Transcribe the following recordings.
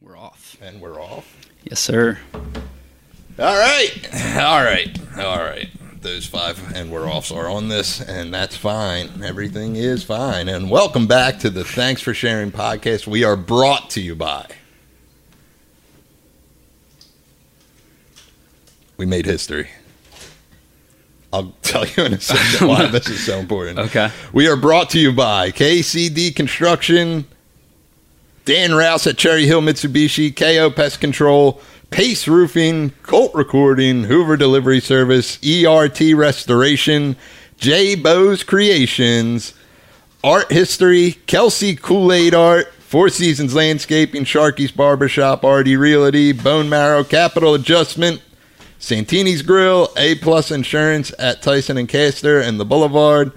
We're off. And we're off. Yes, sir. All right. All right. All right. Those five and we're offs are on this, and that's fine. Everything is fine. And welcome back to the Thanks for Sharing podcast. We are brought to you by. We made history. I'll tell you in a second why this is so important. Okay. We are brought to you by KCD Construction, Dan Rouse at Cherry Hill Mitsubishi, KO Pest Control, Pace Roofing, Colt Recording, Hoover Delivery Service, ERT Restoration, J. Bose Creations, Art History, Kelsey Kool Aid Art, Four Seasons Landscaping, Sharky's Barbershop, RD Realty, Bone Marrow Capital Adjustment, Santini's Grill, A Plus Insurance at Tyson and Castor and the Boulevard,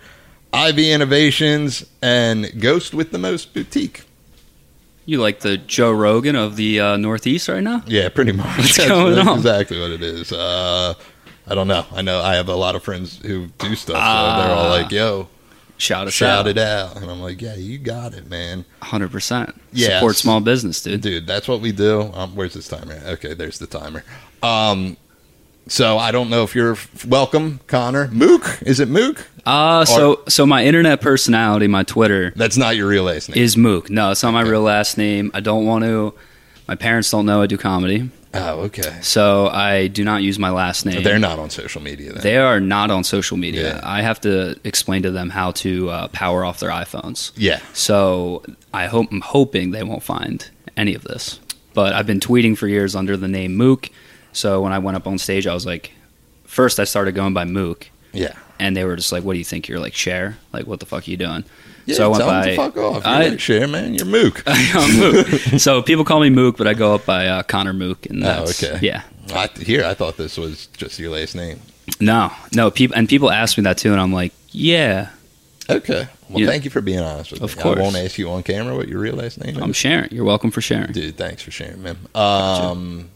Ivy Innovations, and Ghost with the Most Boutique. You like the Joe Rogan of the uh, Northeast right now? Yeah, pretty much. What's That's going that's on? exactly what it is. Uh, I don't know. I know I have a lot of friends who do stuff. so they're all Ah. like, "Yo, Shout us shout out. it out," and I'm like, "Yeah, you got it, man, 100%. Yes. Support small business, dude. dude. That's what we do." Um, where's this timer? at? Okay, there's the timer. Um, so I don't know if you're welcome, Connor. Mook, is it Mook? Uh, so, so my internet personality, my Twitter, That's not your real last name. is Mook. No, it's not my real last name. I don't want to. My parents don't know I do comedy, oh, okay. so I do not use my last name. They're not on social media. Then. They are not on social media. Yeah. I have to explain to them how to uh, power off their iPhones. yeah, So I hope I'm hoping they won't find any of this. But I've been tweeting for years under the name Mook. So when I went up on stage, I was like, first I started going by Mook, yeah. and they were just like, "What do you think? You're like Cher? Like what the fuck are you doing?" Yeah, so I went tell by them to fuck off. You're I- not share, man. You're Mook. I'm Mook. so people call me Mook, but I go up by uh, Connor Mook, and Oh, that's, okay. yeah. I, here, I thought this was just your last name. No, no, people and people ask me that too, and I'm like, yeah, Okay. Well, You know- thank you for being honest with Of me. course. I won't ask you on camera what your real last name I'm is. sharing. You're welcome for sharing. Dude, thanks for sharing, man. Um,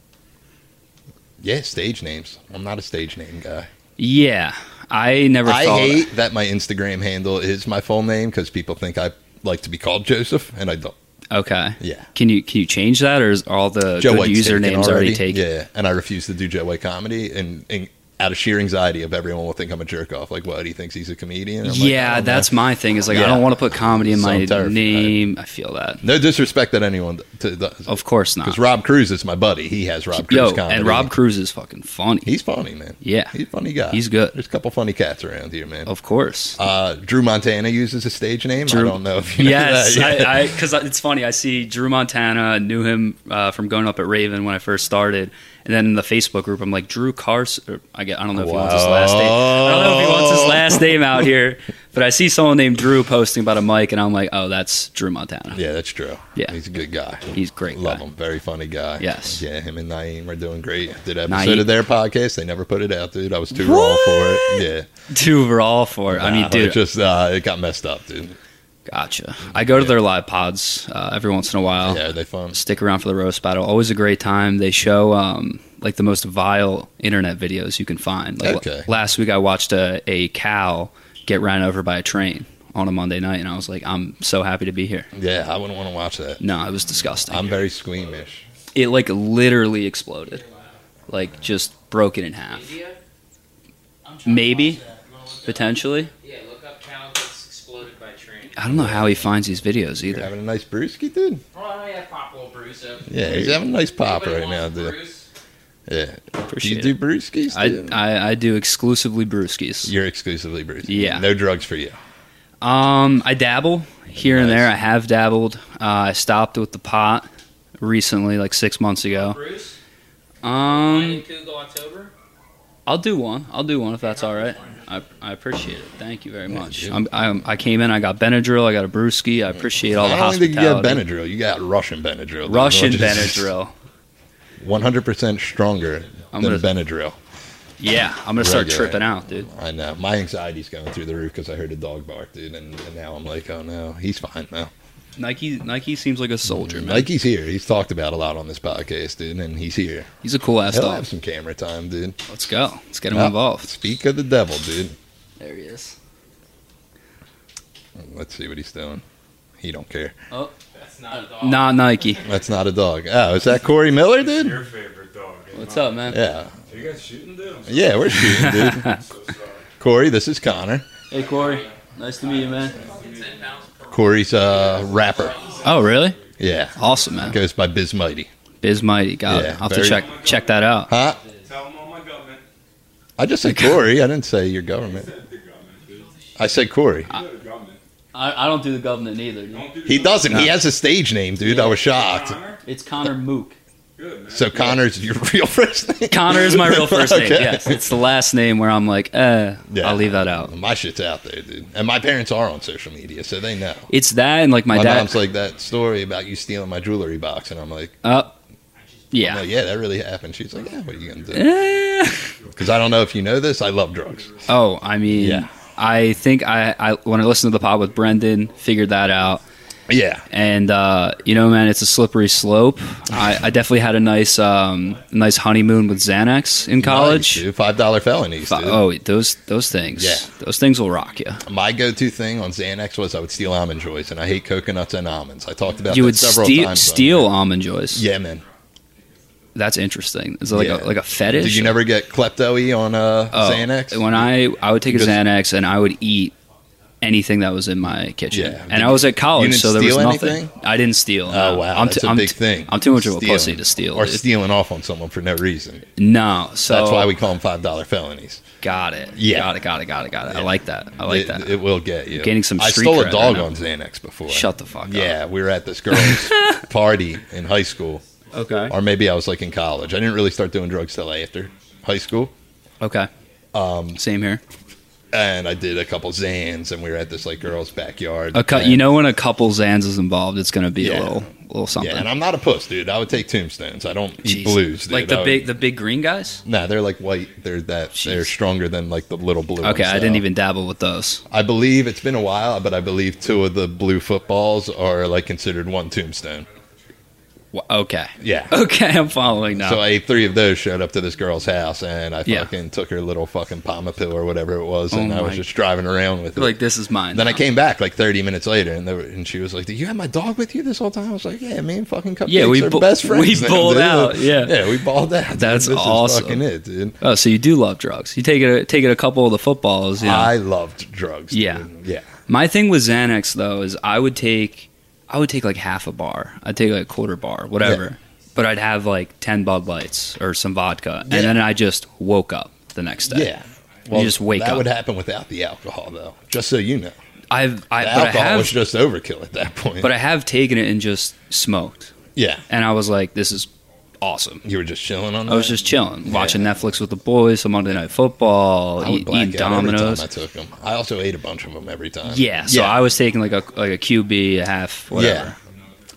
yeah, stage names. I'm not a stage name guy. Yeah, I never. I thought hate that. my Instagram handle is my full name because people think I like to be called Joseph, and I don't. Okay. Yeah. Can you can you change that, or is all the Joe good White's taken usernames already taken? Yeah, and I refuse to do Joe White comedy, and, and out of sheer anxiety of everyone will think I'm a jerk off. Like, what? He thinks he's a comedian. I'm like, "Oh, I Yeah, don't know. that's my thing. Is like Yeah. I don't want to put comedy in So my I'm terrified. name. I feel that. no disrespect that anyone to, does. Of course not. Because Rob Cruz is my buddy. He has Rob Cruz Oh, Yo, comedy. and Rob Cruz is fucking funny. he's funny, man. Yeah. he's a funny guy. He's good. There's a couple funny cats around here, man. of course. Uh, Drew Montana uses a stage name. I Drew- don't know if you know Yes, that. Yeah. I because it's funny. I see Drew Montana. I knew him uh, from going up at Raven when I first started, and then in the Facebook group, I'm like Drew Carson. I, get, I don't know if he wants his last name. I don't know if he wants his last name out here, but I see someone named Drew posting about a mic, and I'm like, oh, that's Drew Montana. yeah, that's true. Yeah. he's a good guy. He's a great. Love guy. him. Very funny guy. Yes. Yeah, him and Naeem are doing great. Did an Naeem- episode of their podcast. They never put it out, dude. I was too raw for it. Yeah. Two were all for. it. I Nah, mean, but dude, It just, uh, it got messed up, dude. gotcha. I go to their live pods uh, every once in a while. Yeah, are they fun? Stick around for the roast battle. Always a great time. They show um, like the most vile internet videos you can find. Like, Okay. Last week I watched a, a cow get ran over by a train on a Monday night, and I was like, I'm so happy to be here. Yeah, I wouldn't want to watch that. No, it was disgusting. I'm very squeamish. it like literally exploded, like just broke it in half. India? I'm trying Maybe. To watch that. You wanna look it up? Potentially, yeah, look up cow gets exploded by train. I don't know how he finds these videos You're either. having a nice brewski, dude. Oh yeah, pop little Bruce. up. Yeah, he's having a nice pop Anybody right now, wants dude. Bruce? Yeah. Do you Appreciate do it. brewskis? I, dude? I I do exclusively brewskis. You're exclusively brewskis. Yeah. No drugs for you. Um, I dabble here and Nice. there. I have dabbled. Uh, I stopped with the pot recently, like six months ago. Bruce. Lion Um, Cougar October. I'll do one. I'll do one if that's all right. I, I appreciate it. Thank you very much. dude. I'm, I'm, I came in. I got Benadryl. I got a brewski. I appreciate all the I don't think you got hospitality. Benadryl. You got Russian Benadryl. dude, Russian which is Benadryl. 100% stronger I'm than gonna, Benadryl. yeah, I'm gonna start Regular. tripping out, dude. I know. My anxiety's going through the roof because I heard a dog bark, dude. And, and now I'm like, oh no, he's fine now. Nike, Nike seems like a soldier, man. Mikey's here. He's talked about a lot on this podcast, dude. And he's here. He's a cool ass He'll dog. have some camera time, dude. Let's go. Let's get him Yeah. involved. Speak of the devil, dude. There he is. Let's see what he's doing. He don't care. Oh, That's not a dog. not Nike. That's not a dog. Oh, is that Corey Miller, dude? Your favorite dog. eh? What's up, man? Yeah, Are you guys shooting dudes? yeah, we're shooting, dude. I'm so sorry. Corey, this is Connor. Hey, Corey. Nice to meet you, man. Ten pounds per Corey's a rapper. Oh, really? Yeah, Awesome, man. goes by Biz Mighty. Biz Mighty. Got Yeah, it. I'll have very- to check check that out. Huh? Tell them on my government. I just said Corey. I didn't say your government. Said the government, dude. I said Corey. You know the government. I, I don't do the government either. dude. Don't do Ah. He the doesn't. He has a stage name, dude. I was shocked. Connor? It's Connor Mook. Good, man. So Connor's your real first name. Connor is my real first name. Okay. Yes, it's the last name where I'm like, eh, Yeah. I'll leave that out. Oh, My shit's out there, dude. And my parents are on social media, so they know. It's that and like my, My, dad. mom's like that story about you stealing my jewelry box, and I'm like, uh, I'm yeah. like, yeah, that really happened. She's like, yeah, what are you gonna do? Eh. Because I don't know if you know this. I love drugs. Oh, I mean, Yeah. I think I, I when I listened to the pod with Brendan, figured that out. Yeah, And uh, you know, man, it's a slippery slope. I, I definitely had a nice, um, nice honeymoon with Xanax in college. Nice, dude. five dollar felonies. Fi- Dude. oh, those those things. Yeah. those things will rock you. My go-to thing on Xanax was I would steal almond joys, and I hate coconuts and almonds. I talked about you that would several steal, times. on steal here. almond joys. Yeah, man. that's interesting. Is it like Yeah. a like a fetish? Did you never get klepto on uh, Oh, Xanax? When I I would take a Just- Xanax and I would eat anything that was in my kitchen. Yeah. And I was at college, didn't so there was steal nothing. anything? I didn't steal. Oh no. wow, I'm that's too- a I'm big too- thing. I'm too much of a Stealing. pussy to steal. or dude. stealing off on someone for no reason. no, so That's why we call them five dollar felonies. got it. Yeah. got it. Got it. Got it. Got it. Yeah. I like that. I like it, that. It will get you. Gaining some I street stole a cred dog right now. on Xanax before. Shut the fuck Yeah, we were at this girl's party in high school, up. Okay. or maybe I was like in college. I didn't really start doing drugs till after high school. Okay. Um, Same here. and I did a couple Zans, and we were at this like girl's backyard. A cou- and- you know when a couple Zans is involved, it's going to be Yeah. a little little something. yeah. And I'm not a puss, dude. I would take tombstones. I don't Jeez. eat blues, dude. like the I would- big the big green guys. Nah, they're like white. They're that. They're Jeez. stronger than like the little blue. Okay, ones, I didn't so. even dabble with those. I believe it's been a while, but I believe two of the blue footballs are like considered one tombstone. Wha- Okay. Yeah. Okay, I'm following now. So I ate three of those. Showed up to this girl's house, and I Yeah. fucking took her little fucking Palma pill or whatever it was, and Oh I was my- just driving around with it. like this is mine. Then I came back like 30 minutes later, and, they were, and she was like, "Did you have my dog with you this whole time?" I was like, "Yeah, me and fucking cupcakes Yeah, we are bu- best friends." we now, balled dude." out, yeah. yeah, we balled out. dude. That's This is awesome. fucking it, dude. Oh, so you do love drugs? You take it, take it a couple of the footballs. Yeah. I loved drugs. Yeah. dude. yeah. My thing with Xanax though is I would take, I would take like half a bar. I'd take like a quarter bar, whatever. But I'd have like ten Bud Lights or some vodka, Yeah. and then I just woke up the next day. Yeah. just wake that up. would happen without the alcohol, though. Just so you know, I've, I, the but I alcohol have, was just overkill at that point. but I have taken it and just smoked, yeah, and I was like, this is awesome. you were just chilling on. I was that? just chilling, watching Netflix with the boys, some Monday Night Football, I eat, would black eating out every time Domino's. I took them. I also ate a bunch of them every time. Yeah, so I was taking like a like a QB, a half, whatever.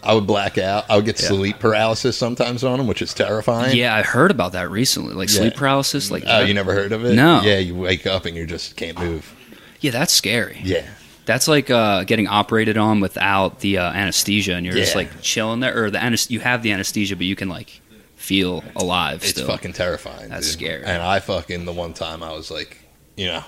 I would black out. I would get Yeah. sleep paralysis sometimes on them, which is terrifying. Yeah, I heard about that recently, like sleep Yeah. paralysis. Like, Oh, you never heard of it? No. Yeah, you wake up and you just can't move. yeah, that's scary. Yeah. That's like uh, getting operated on without the uh, anesthesia, and you're just Yeah. like chilling there, or the anes- you have the anesthesia, but you can like feel alive It's still. fucking terrifying. That's dude. scary. And I fucking, the one time I was like, you know,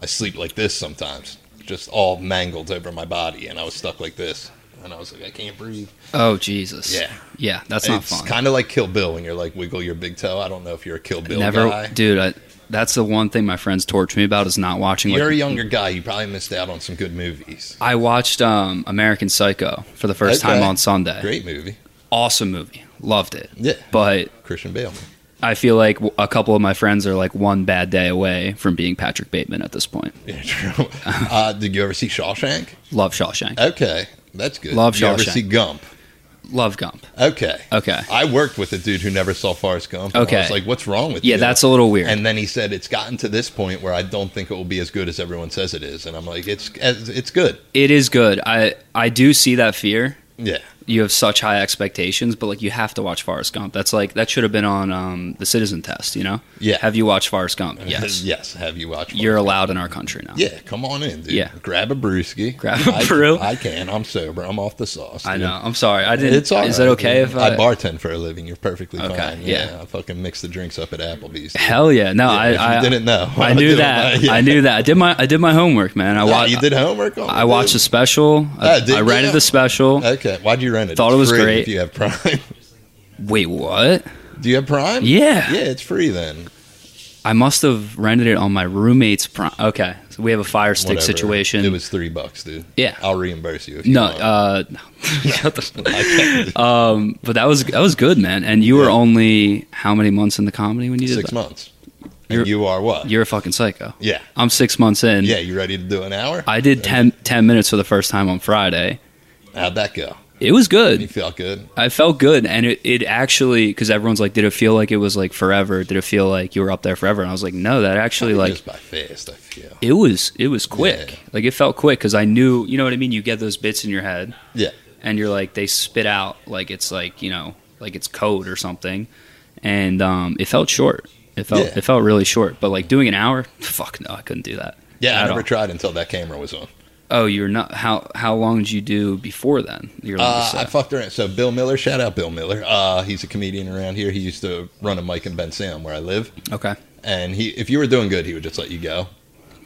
I sleep like this sometimes, just all mangled over my body, and I was stuck like this. And I was like, I can't breathe. oh Jesus. Yeah. yeah, that's not It's fun. kind of like Kill Bill when you're like, wiggle your big toe. I don't know if you're a Kill Bill Never, guy. dude. I, that's the one thing my friends torture me about is not watching. You're a Like, younger guy. You probably missed out on some good movies. I watched um, American Psycho for the first time Okay. on Sunday. Great movie. Awesome movie, loved it. Yeah. But Christian Bale. I feel like w- a couple of my friends are like one bad day away from being Patrick Bateman at this point. Yeah, true. uh, did you ever see Shawshank? Love Shawshank. Okay. That's good. Love Did you ever Shawshank. see Gump? Love Gump. Okay. Okay. I worked with a dude who never saw Forrest Gump. and I Okay. was like, what's wrong with Yeah, you? that's a little weird. And then he said, it's gotten to this point where I don't think it will be as good as everyone says it is. And I'm like, it's it's good. it is good. I I do see that fear, Yeah. you have such high expectations, but like you have to watch Forrest Gump. That's like that should have been on um, the Citizen Test. You know? Yeah. Have you watched Forrest Gump? Yes. yes. Have you watched? You're Forrest allowed in our country now. Yeah, come on in, dude. Yeah. Grab a brewski. Grab a I- brew. I can. I'm sober. I'm off the sauce. I dude. know. I'm sorry. I didn't. It's all Is right, that okay dude. if I, I? bartend for a living? You're perfectly Okay, fine. yeah. I fucking mix the drinks up at Applebee's. dude. Hell yeah! No, Yeah, if you I, I didn't know. I knew that. I knew that. I did my I did my homework, man. I Wow, watched. you did homework. On I it, watched the dude. special. I, Oh, did Uh, I rented you? the special. Okay, why'd you rent it? Thought It's it was free great. If you have Prime, Wait, what? do you have Prime? Yeah. yeah, it's free then. I must have rented it on my roommate's. Prom- okay, so we have a fire stick Whatever. situation. It was three bucks, dude. Yeah. I'll reimburse you. If you no, want. uh, no. Shut the- I can't. um, but that was that was good, man. And you were Yeah. only how many months in the comedy when you did six that? months. You're- And you are what? You're a fucking psycho. yeah, I'm six months in. yeah. You ready to do an hour? I did 10, 10 minutes for the first time on Friday. How'd that go? It was good. You felt good? I felt good, and it, it actually because everyone's like, did it feel like it was like forever? Did it feel like you were up there forever? And I was like, no, that actually like just by fast. I feel. it was it was quick. Yeah. Like it felt quick because I knew you know what I mean. You get those bits in your head, Yeah. and you're like they spit out like it's like you know like it's code or something, and um, it felt short. It felt Yeah. it felt really short. But like doing an hour, fuck no, I couldn't do that. Yeah, I At never all. tried until that camera was on. Oh, you're not how how long did you do before then? Your Uh, longest I set? fucked around. So Bill Miller, shout out Bill Miller. Uh, he's a comedian around here. He used to run a mic in Ben Salem where I live, okay, and he if you were doing good, he would just let you go.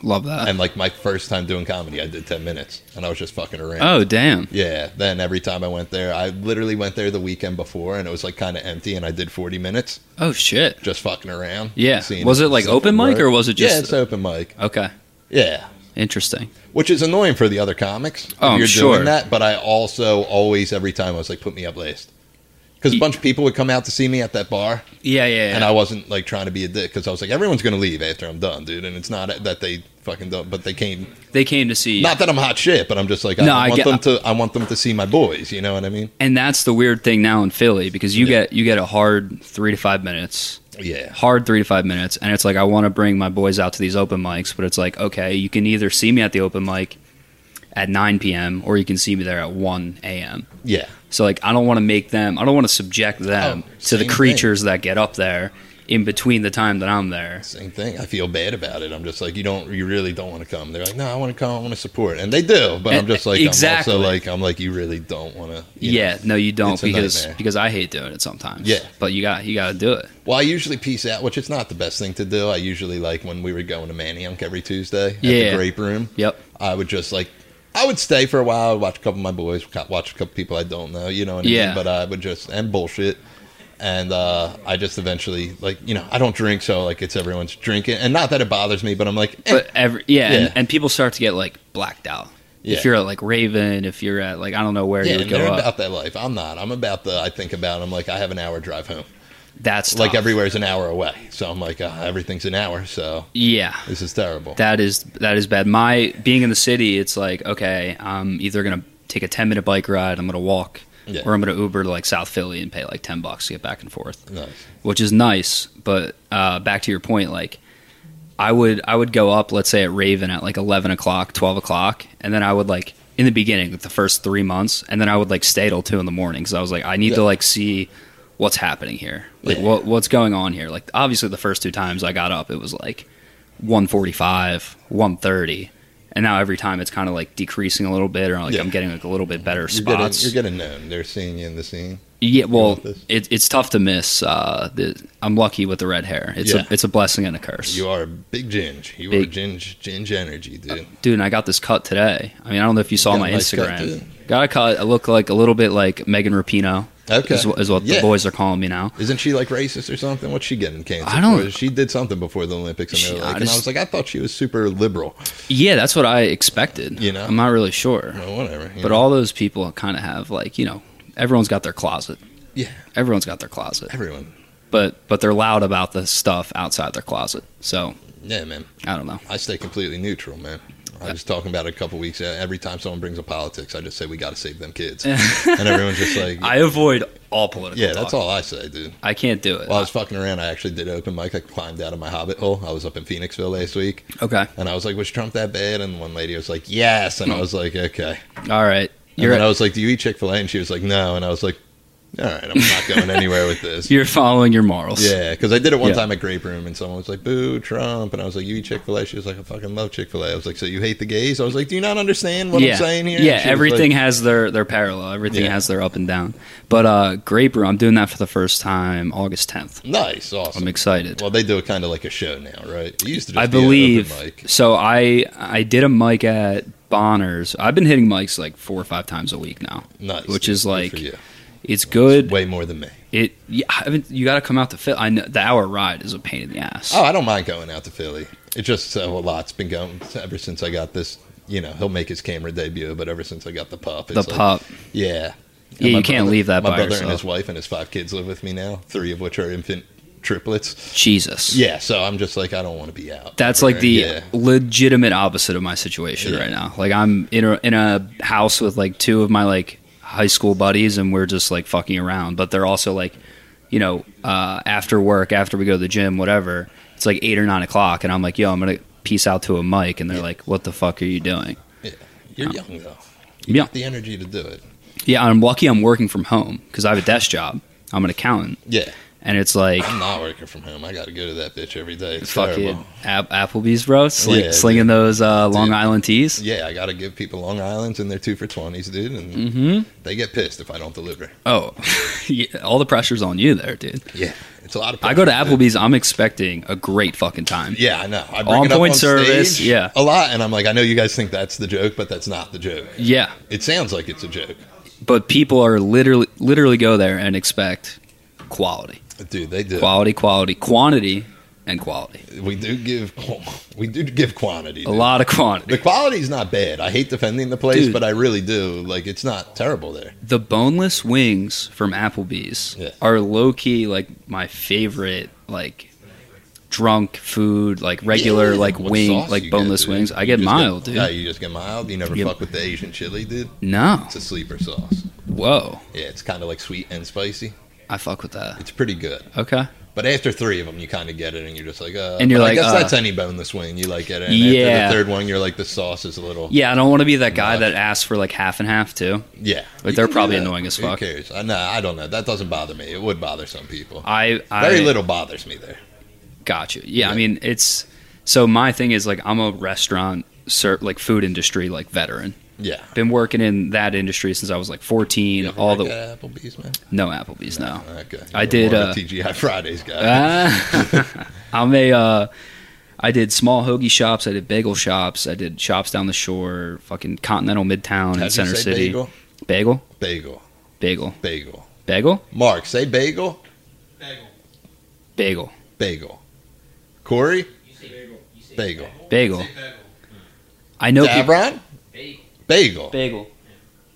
love that. And like my first time doing comedy, I did ten minutes, and I was just fucking around. oh damn. Yeah. Then every time I went there, I literally went there the weekend before, and it was like kind of empty, and I did forty minutes Oh shit. just fucking around. Yeah. seeing Was if it, like, stuff open would mic, work. or was it Yeah, just- it's open mic. Okay. Yeah. Interesting. Which is annoying for the other comics. if Oh, I'm you're sure. doing that, but I also always every time I was like, put me up last, because a bunch of people would come out to see me at that bar, Yeah, yeah, yeah. and I wasn't like trying to be a dick because I was like, everyone's gonna leave after I'm done, dude, and it's not that they fucking don't, but they came. they came to see you. Not that I'm hot shit, but I'm just like, I, No, I want get- them to, I want them to see my boys. You know what I mean? and that's the weird thing now in Philly because you Yeah. get you get a hard 3 to 5 minutes. Yeah. Hard 3 to 5 minutes and it's like I want to bring my boys out to these open mics, but it's like okay, you can either see me at the open mic at 9 p.m. or you can see me there at 1 a.m. Yeah. So like I don't want to make them I don't want to subject them Oh, to the same creatures that get up there in between the time that I'm there. Same thing. I feel bad about it. I'm just like, you don't, you really don't want to come. They're like, no, I want to come. I want to support, and they do. But I'm And- just like, Eh, exactly. I'm also like, I'm like, you really don't want to. yeah, no you don't it's a because nightmare. because I hate doing it sometimes. Yeah. But you got you got to do it. Well, I usually peace out, which it's not the best thing to do. I usually like when we were going to Maniunk every Tuesday at Yeah. the Grape Room. Yep. I would just like, I would stay for a while, watch a couple of my boys, co- watch a couple people I don't know, you know what I Yeah. mean? But I would just and bullshit. And uh, I just eventually like you know I don't drink, so like it's everyone's drinking, and not that it bothers me, but I'm like, eh, but every yeah, Yeah. And, and people start to get like blacked out. Yeah. If you're at like Raven, if you're at like I don't know where yeah, you would and go they're up. about that life. I'm not. I'm about the. I think about. I'm like I have an hour drive home. That's Like tough. everywhere's an hour away, so I'm like uh, everything's an hour. So yeah. this is terrible. That is that is bad. My being in the city, it's like okay, I'm either gonna take a ten minute bike ride, I'm gonna walk, Yeah. or I'm gonna Uber to like South Philly and pay like ten bucks to get back and forth. Nice. which is nice. But uh, back to your point, like I would I would go up, let's say at Raven at like eleven o'clock, twelve o'clock, and then I would like in the beginning, like the first three months, and then I would like stay till two in the morning because I was like, I need to Yeah. like see what's happening here, like Yeah. what what's going on here. Like obviously, the first two times I got up, it was like one forty five, one thirty. And now every time it's kind of like decreasing a little bit, or like Yeah. I'm getting like a little bit better You're getting, spots. you're getting known. They're seeing you in the scene. Yeah, well, want this? it, it's tough to miss. Uh, the, I'm lucky with the red hair. It's Yeah. a it's a blessing and a curse, You are a big ginge. You Big- are ginge, ginge energy, dude. dude. And I got this cut today. I mean, I don't know if you saw got my a nice cut, Instagram. too. got a cut. I look like a little bit like Megan Rapinoe. Okay. is, wh- is what the Yeah. boys are calling me now. Isn't she like racist or something? What's she getting canceled? I don't- for? She did something before the Olympics, and, She- they were I like, and just- I was like, I thought she was super liberal. Yeah, that's what I expected. You know? I'm not really sure, Well, whatever. you but know. all those people kind of have like you know, everyone's got their closet. Yeah. everyone's got their closet, everyone. but but they're loud about the stuff outside their closet. So Yeah, man. I don't know. I stay completely neutral, man. I was talking about it a couple weeks. ago. Every time someone brings up politics, I just say we got to save them kids, and everyone's just like, I avoid all political. "Yeah, that's talk. all I say, dude." I can't do it. While I was fucking around, I actually did open mic. I climbed out of my hobbit hole. I was up in Phoenixville last week, okay. and I was like, "Was Trump that bad?" And one lady was like, "Yes," and I was like, "Okay." All right. And You're- then I was like, "Do you eat Chick Fil A?" And she was like, "No." And I was like, "All right, I'm not going anywhere with this." You're following your morals. Yeah, because I did it one Yeah. time at Grape Room, and someone was like, "Boo, Trump," and I was like, "You eat Chick Fil A?" She was like, "I fucking love Chick Fil A." I was like, "So you hate the gays?" I was like, "Do you not understand what yeah. I'm saying here?" Yeah, And she was everything Like, has their their parallel. Everything Yeah. has their up and down. But uh Grape Room, I'm doing that for the first time August 10th. nice, awesome. I'm excited. Well, they do it kind of like a show now, right? It used to. Just I be an open believe mic. so I I did a mic at Bonner's. I've been hitting mics like 4 or 5 times a week now. Nice, which dude. is Good like- for you. It's good. way more than me. It yeah, I haven't, you got to come out to fit. I know the hour ride is a pain in the ass. Oh, I don't mind going out to Philly. It just uh, a lot's been going ever since I got this. You know, he'll make his camera debut, but ever since I got the pup, the like- pup. yeah, And Yeah, you my can't brother- leave that My by brother and yourself. his wife and his five kids live with me now, three of which are infant triplets. Jesus. Yeah, so I'm just like I don't want to be out. That's like the Yeah. legitimate opposite of my situation Yeah. right now. Like I'm in a in a house with like two of my like high school buddies, and we're just like fucking around. But they're also like, you know, uh, after work, after we go to the gym, whatever. It's like eight or nine o'clock, and I'm like, yo, I'm gonna peace out to a mic, and they're like, what the fuck are you doing? You're young though. You Yeah. got the energy to do it. Yeah, I'm lucky I'm working from home because I have a desk job. I'm an accountant, Yeah, and it's like. I'm not working from home. I got to go to that bitch every day. It's Fucking terrible. App- Applebee's, bro, sling, Yeah, slinging those uh, Long Dude. Island teas. Yeah, I got to give people Long Island's and their two for twenties, dude, and Mm-hmm. they get pissed if I don't deliver. Oh, yeah, all the pressure's on you there, dude. Yeah, it's a lot of. I go to pressure, dude. Applebee's. I'm expecting a great fucking time. Yeah, I know. I bring On it up point on service, stage yeah. a lot, and I'm like, I know you guys think that's the joke, but that's not the joke. Yeah, It sounds like it's a joke, but people are literally literally go there and expect quality, dude. They do. quality, quality, quantity, and quality. we do give qu- we do give quantity. A dude. lot of quantity. The quality's not bad. I hate defending the place, Dude. but I really do. Like, it's not terrible there. The boneless wings from Applebee's Yeah. are low key like my favorite like drunk food like regular Yeah, like what wing sauce like you boneless dude. wings. I You get just mild, dude. Yeah, you just get mild. You never Yeah. fuck with the Asian chili, dude. No, It's a sleeper sauce. whoa, Yeah, it's kind of like sweet and spicy. I fuck with that. It's pretty good. Okay. But after three of them, you kind of get it, and you're just like, uh, And you're but like, I guess uh, that's any boneless wing. You like it. And after Yeah. the third one, you're like, the sauce is a little. Yeah, I don't want to be that guy Gosh. that asks for like half and half too. Yeah, But You they're can do probably that. annoying as fuck. Who cares? I, no, I don't know. That doesn't bother me. It would bother some people. I, I Very little bothers me there. Got you. Yeah, I Yeah. mean it's so my thing is like I'm a restaurant ser- like food industry like veteran. Yeah. Been working in that industry since I was like 14. You ever all the work at Applebee's, man. no Applebee's no. Okay. You I were did, more of uh, a TGI Fridays guy. Ah. I'm a. Uh, I did small hoagie shops. I did bagel shops. I did shops down the shore. Fucking Continental Midtown How do and you Center say City. Bagel, Bagel, bagel, bagel, bagel. bagel, Mark, say bagel, Bagel. bagel, bagel. Corey, You say bagel. You say Bagel. bagel. You say bagel. I know. people- Dabron, Bagel. bagel. Bagel.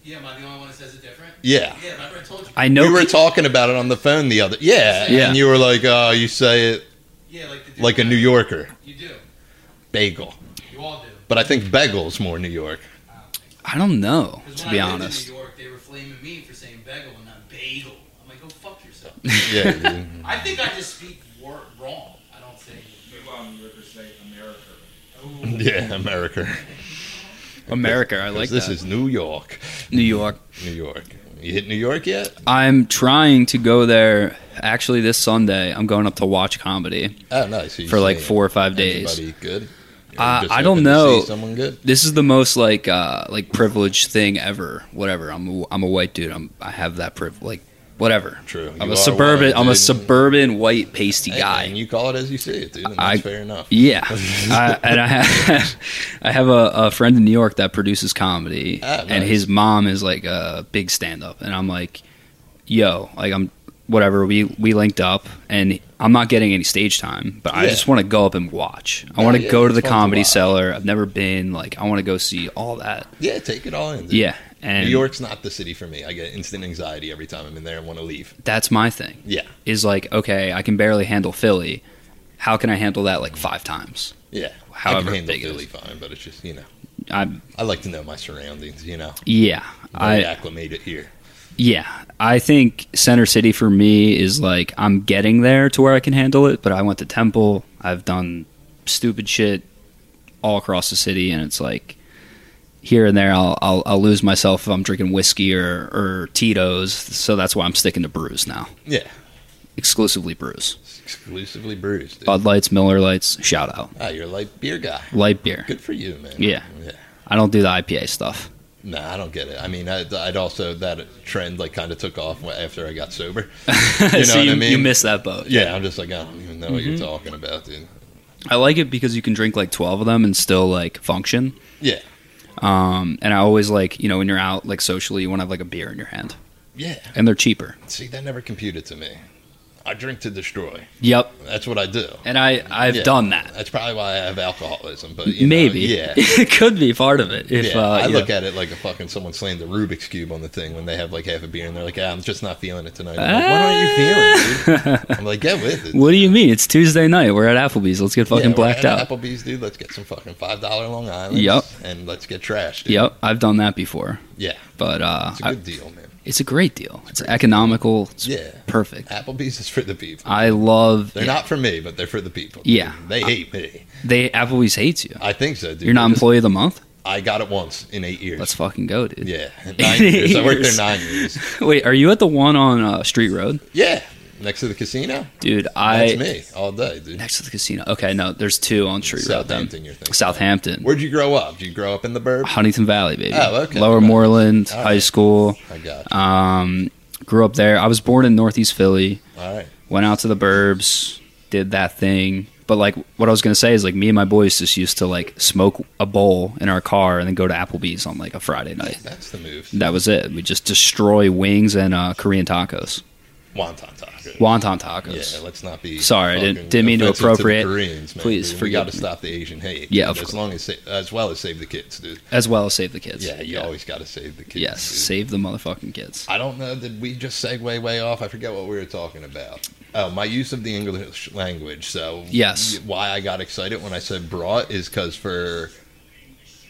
Yeah, am I the only one that says it different? Yeah. Yeah, remember I told you. I know. we were pe- talking about it on the phone the other. Yeah. Yeah. And you were like, "Oh, you say it Yeah, like the dude- like a New Yorker, You do. bagel." You all do. But I think bagel's more New York. I don't know. 'Cause To when be I lived honest. In New York, they were flaming me for saying bagel and not bagel. I'm like, go fuck yourself. Yeah. dude. I think I just speak wor- wrong. I don't say. "Oh, Meanwhile, New Yorkers say America. Ooh. yeah, America. America. I like this that. is New York. New York. New York. You hit New York yet? I'm trying to go there. Actually, this Sunday, I'm going up to watch comedy Oh, nice. You for like seen four or five days. Anybody good? Or you Uh, just I don't hoping to see know. someone good. This is the most like uh, like privileged thing ever. Whatever. I'm a, I'm a white dude. I'm I have that privilege. Like whatever. True. I'm You a are suburban. white, I'm a dude. suburban white pasty Hey, guy. man, you call it as you see it, dude. And that's I- fair enough. Yeah, I, and I have, I have a, a friend in New York that produces comedy, Ah, nice. and his mom is like a big stand-up, and I'm like, yo, like I'm whatever. We we linked up, and I'm not getting any stage time, but I Yeah. just want to go up and watch. I No, want to yeah, go to it's the fun to comedy watch. cellar. I've never been. Like I want to go see all that. Yeah, take it all in. Dude. Yeah, New and York's not the city for me. I get instant anxiety every time I'm in there and want to leave. that's my thing. Yeah. Is like okay, I can barely handle Philly. How can I handle that like five times? Yeah. I However can handle big it Philly fine, but it's just, you know, I'm I like to know my surroundings, you know. yeah. I I acclimate it here. Yeah, I think Center City for me is like I'm getting there to where I can handle it, but I went to Temple. I've done stupid shit all across the city, and it's like here and there, I'll, I'll I'll lose myself if I'm drinking whiskey or, or Tito's. So that's why I'm sticking to brews now, Yeah. exclusively brews. It's exclusively brews. Dude. Bud Lights, Miller Lights, shout out. Ah, you're a light beer guy. Light beer. Good for you, man. Yeah. Yeah. I don't do the IPA stuff. No, I don't get it. I mean, I, I'd also that trend like kind of took off wh- after I got sober. You what I you, you mean? miss that boat. Yeah, I'm just like I don't even know what you're Mm-hmm. talking about, dude. I like it because you can drink like 12 of them and still like function. Yeah. Um, and I always like, you know, when you're out like socially, you want to have like a beer in your hand. Yeah. And they're cheaper. See, that never computed to me. I drink to destroy. Yep. That's what I do. And I, I've Yeah. done that. That's probably why I have alcoholism. But you know, Maybe. yeah. it could be part of it. If yeah, uh, I you look know. at it like a fucking someone slammed the Rubik's cube on the thing when they have like half a beer and they're like, ah, "I'm just not feeling it tonight." I'm like, what are Ah. you feeling? Dude? I'm like, "Get with it." What do you mean? It's Tuesday night. We're at Applebee's. Let's get fucking Yeah, we're at blacked out. Applebee's, dude. Let's get some fucking five dollar Long Island. Yup. And let's get trashed. Dude. Yep. I've done that before. Yeah. But uh, It's a I- good deal, man. great deal. It's economical. It's Yeah. perfect. Applebee's is for the people. I love. They're not for me, but they're for the people. Yeah. They hate me. They Applebee's hates you. I think so, dude. You're not They're just- employee of the month. I got it once in eight years. Let's fucking go, dude. yeah. Nine years. I worked there Years. nine years. Wait, are you at the one on uh, Street Road, Yeah. Next to the casino. dude? I That's me all day, dude. next to the casino. Okay, no, there's two on Street Road. Then Southampton, you're thinking. Southampton, Where'd you grow up? Did you grow up in the burb? Huntington Valley, baby. Oh, okay. Lower Okay. Moreland All right. High School. I got you. Um, grew up there. I was born in Northeast Philly. All right. Went out to the burbs, did that thing. But like, what I was gonna say is like, me and my boys just used to like smoke a bowl in our car and then go to Applebee's on like a Friday night. That's the move. That was it. We just destroy wings and uh, Korean tacos, Wonton tacos. wonton tacos. Yeah, let's not be. Sorry, I didn't- fucking didn't mean to offensive the appropriate. Koreans, man. Please dude. we forgive got to me. stop the Asian hate. Yeah, dude, of as long as sa- as well as save the kids, dude. as well as save the kids. Yeah, you always got to save the kids. Yes, dude. save the motherfucking kids. I don't know. Did we just segue way off? I forget what we were talking about. Oh, my use of the English language. So Yes. why I got excited when I said brought is because for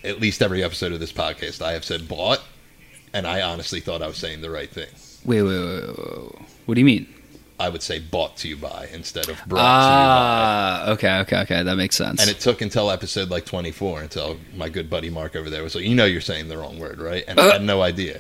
at least every episode of this podcast, I have said bought, and I honestly thought I was saying the right thing. Wait, wait, wait, wait, wait. What do you mean? I would say bought to you by instead of brought to you Ah, by. okay, okay, okay. That makes sense. And it took until episode like 24 until my good buddy Mark over there was like, You know, you're saying the wrong word, right? And I had no idea.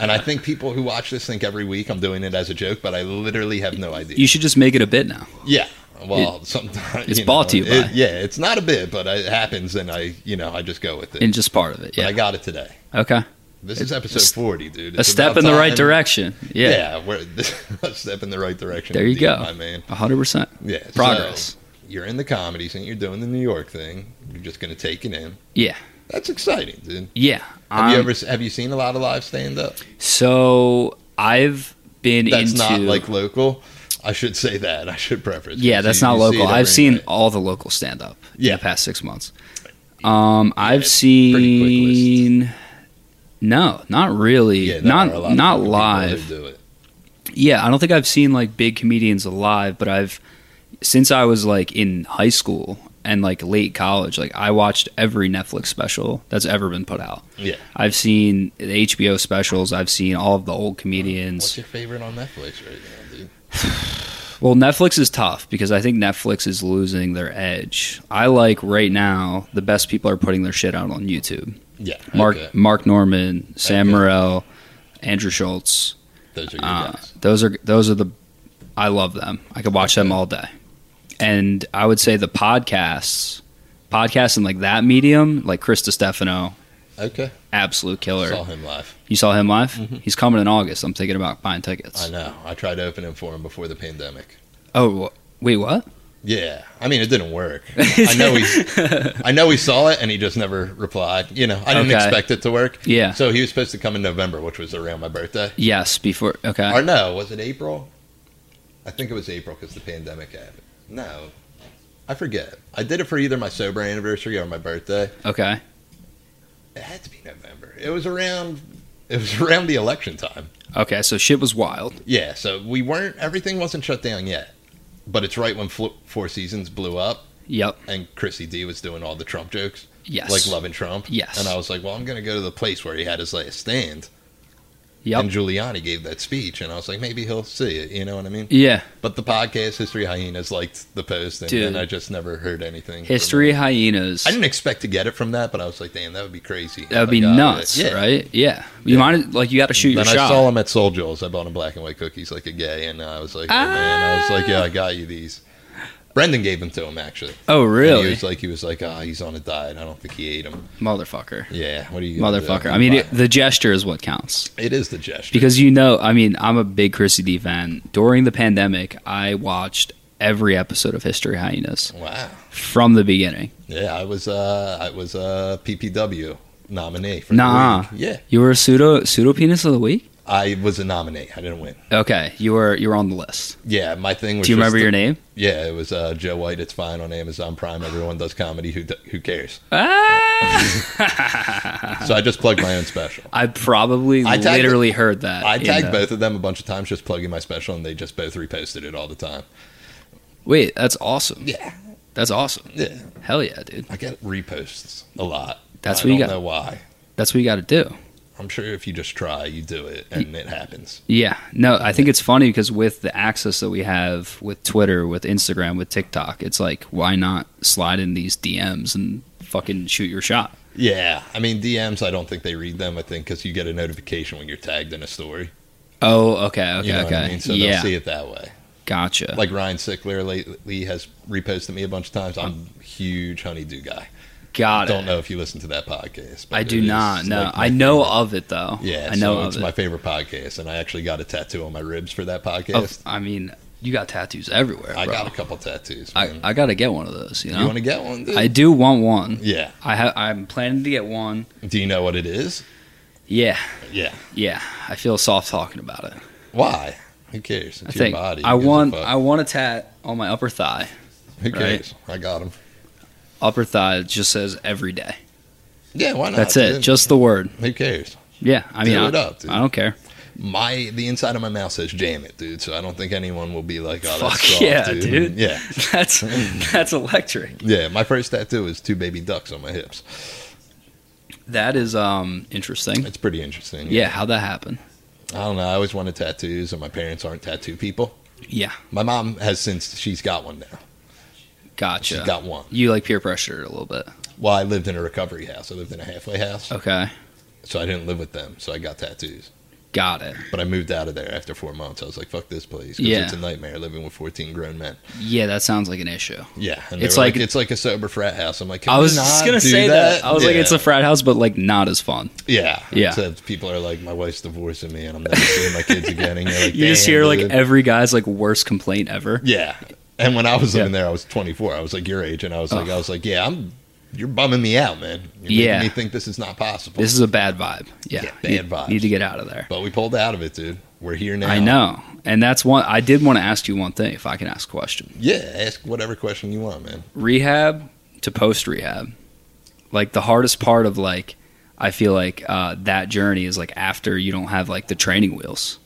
and I think people who watch this think every week I'm doing it as a joke, but I literally have no idea. you should just make it a bit now. yeah. Well, sometimes it's bought to you it- by. yeah, it's not a bit, but it happens, and I, you know, I just go with it. And just part of it. But Yeah. I got it today. okay. This is episode s- 40, dude. A It's step about in the right time. direction. Yeah. Yeah, we're a step in the right direction. There you indeed, go. my man. A hundred percent. Yeah, so- Progress. you're in the comedy scene, you're doing the New York thing, you're just going to take it in. Yeah. That's exciting, dude. Yeah. Have you Um, ever have you seen a lot of live stand up? so I've been That's into not like local. I should say that. I should preface. Yeah, it. that's You- not you see local. it I've every seen night. all the local stand up in Yeah. the past six months. Um, I've pretty quick list. seen no, not really. Yeah, there are a lot not of not local people live. who do it. Yeah, I don't think I've seen like big comedians alive, but I've since I was like in high school and like late college, like I watched every Netflix special that's ever been put out. Yeah. I've seen the HBO specials, I've seen all of the old What's comedians. your favorite on Netflix right now, dude? Well, Netflix is tough because I think Netflix is losing their edge. I like right now the best people are putting their shit out on YouTube. Yeah, Mark okay. Mark Norman, Sam Okay. Morril, Andrew Schultz. Those are your Uh, guys. those are those are the I love them. I could watch them all day. And I would say the podcasts, podcasts in like that medium, like Chris Stefano, Okay, absolute killer. saw him live. You saw him live? He's coming in August. I'm thinking about buying I tickets. know. I tried to open him for him before the pandemic. Oh, wh- wait, what? Yeah, I mean it didn't work. I know he, I know he saw it and he just never replied. You know, I didn't Okay. expect it to work. Yeah. So he was supposed to come in November, which was around my birthday. Yes, before. Okay. Or no, was it April? I think it was April because the pandemic happened. No, I forget. I did it for either my sober anniversary or my birthday. Okay. It had to be November. It was around. It was around the election time. Okay. So shit was wild. Yeah, so we weren't. Everything wasn't shut down yet, but it's right when Flo- Four Seasons blew up Yep. and Chrissy D was doing all the Trump jokes, Yes. like loving Trump. Yes. and I was like, well, I'm gonna go to the place where he had his last stand. Yep. And Giuliani gave that speech, and I was like, maybe he'll see it. You know what I mean? Yeah. But the podcast History Hyenas liked the post, and, Dude. then I just never heard anything. from History it. hyenas. I didn't expect to get it from that, but I was like, damn, that would be crazy. That would if I be got it. nuts, uh, Yeah. right? Yeah. You Yeah. might like you got to shoot Then your I shot. saw him at Soul Joe's. I bought him black and white cookies like a gay, and I was like, oh, man, I was like, yeah, I got you these. Brendan gave them to him actually. oh, And really? he was like, he was like, ah, he's on a diet. I don't think he ate them. Motherfucker. Yeah. What are you, gonna do? Motherfucker. I mean, it, the gesture is what counts. it is the gesture. Because you know, I mean, I'm a big Chrissy D fan. During the pandemic, I watched every episode of History Hyenas wow. from the beginning. Yeah, I was uh I was uh PPW nominee for the Nah. week. Yeah, You were a pseudo pseudo penis of the week. I was a nominee. I didn't win. Okay, you were you were on the list. Yeah, my thing was Do you just remember the- your name? Yeah, it was uh Joe White. It's fine on Amazon Prime. Everyone does comedy. Who d- who cares? Ah! So I just plugged my own special. I probably I tagged literally heard that. I in tagged the- both of them a bunch of times just plugging my special and they just both reposted it all the time. Wait, that's awesome. Yeah. That's awesome. Yeah. Hell yeah, dude. I get reposts a lot. That's I what you don't got. know why. That's what you got to do. I'm sure if you just try, you do it and it happens. Yeah. No, I think it's funny because with the access that we have with Twitter, with Instagram, with TikTok, it's like, why not slide in these DMs and fucking shoot your shot? Yeah. I mean, DMs, I don't think they read them, I think, because you get a notification when you're tagged in a story. Oh, okay, okay, You know okay. what I mean? So yeah, they'll see it that way. gotcha. Like Ryan Sickler lately has reposted me a bunch of times. I'm a huge honeydew guy. I Got don't it. know if you listen to that podcast. but I do it is, not. No, like, my I know favorite. of it though. Yeah, I know so of it's it. my favorite podcast, and I actually got a tattoo on my ribs for that Oh, podcast. I mean, you got tattoos everywhere. I bro. got a couple tattoos. I, Man. I gotta get one of those. You you know, want to get one? Dude? I do want one. yeah. I ha- I'm planning to get one. Do you know what it is? Yeah, Yeah. yeah. I feel soft talking about it. Why? Who cares? It's I your think body. I Who gives a want fuck? I want a tat on my upper thigh. Who right. cares? I got them. Upper thigh just says every day. Yeah. Why not? That's it. dude? Just the word. who cares? Yeah. I mean, Do I, it up, dude. I don't care. My the inside of my mouth says "jam it, dude." So I don't think anyone will be like, "Oh, Fuck that's soft, yeah, dude. dude. Yeah. That's that's electric. Yeah. My first tattoo is two baby ducks on my hips. That is um interesting. It's pretty interesting. Yeah, how that happened. I don't know. I always wanted tattoos, and my parents aren't tattoo people. Yeah, My mom has since she's got one now. gotcha. She's got one. you like peer pressure a little bit. Well, I lived in a recovery house. I lived in a halfway house, Okay, so I didn't live with them. So I got tattoos. got it. But I moved out of there after four months. I was like, "Fuck this place." 'cause Yeah. it's a nightmare living with fourteen grown men. Yeah, that sounds like an issue. Yeah, and they It's were like, like- it's like a sober frat house. I'm like, Can I was we just not gonna do say that. I was like, Yeah. it's a frat house, but like not as fun. yeah, Yeah. Except people are like, my wife's divorcing me, and I'm never seeing my kids again. And you're like, You just "Damn, hear like e-, dude." every guy's like worst complaint ever. yeah. And when I was Yeah. living there, I was 24. I was like your age, and I was like, Ugh. I was like, yeah, I'm. You're bumming me out, man. You're Yeah. making me think this is not possible. This is a bad vibe. Yeah, Yeah, bad you vibes. Need to get out of there. But we pulled out of it, dude. We're here now. I know, and that's one. I did want to ask you one thing, if I can ask a question. Yeah, ask whatever question you want, man. Rehab to post rehab, like the hardest part of like, I feel like uh, that journey is like after you don't have like the training wheels.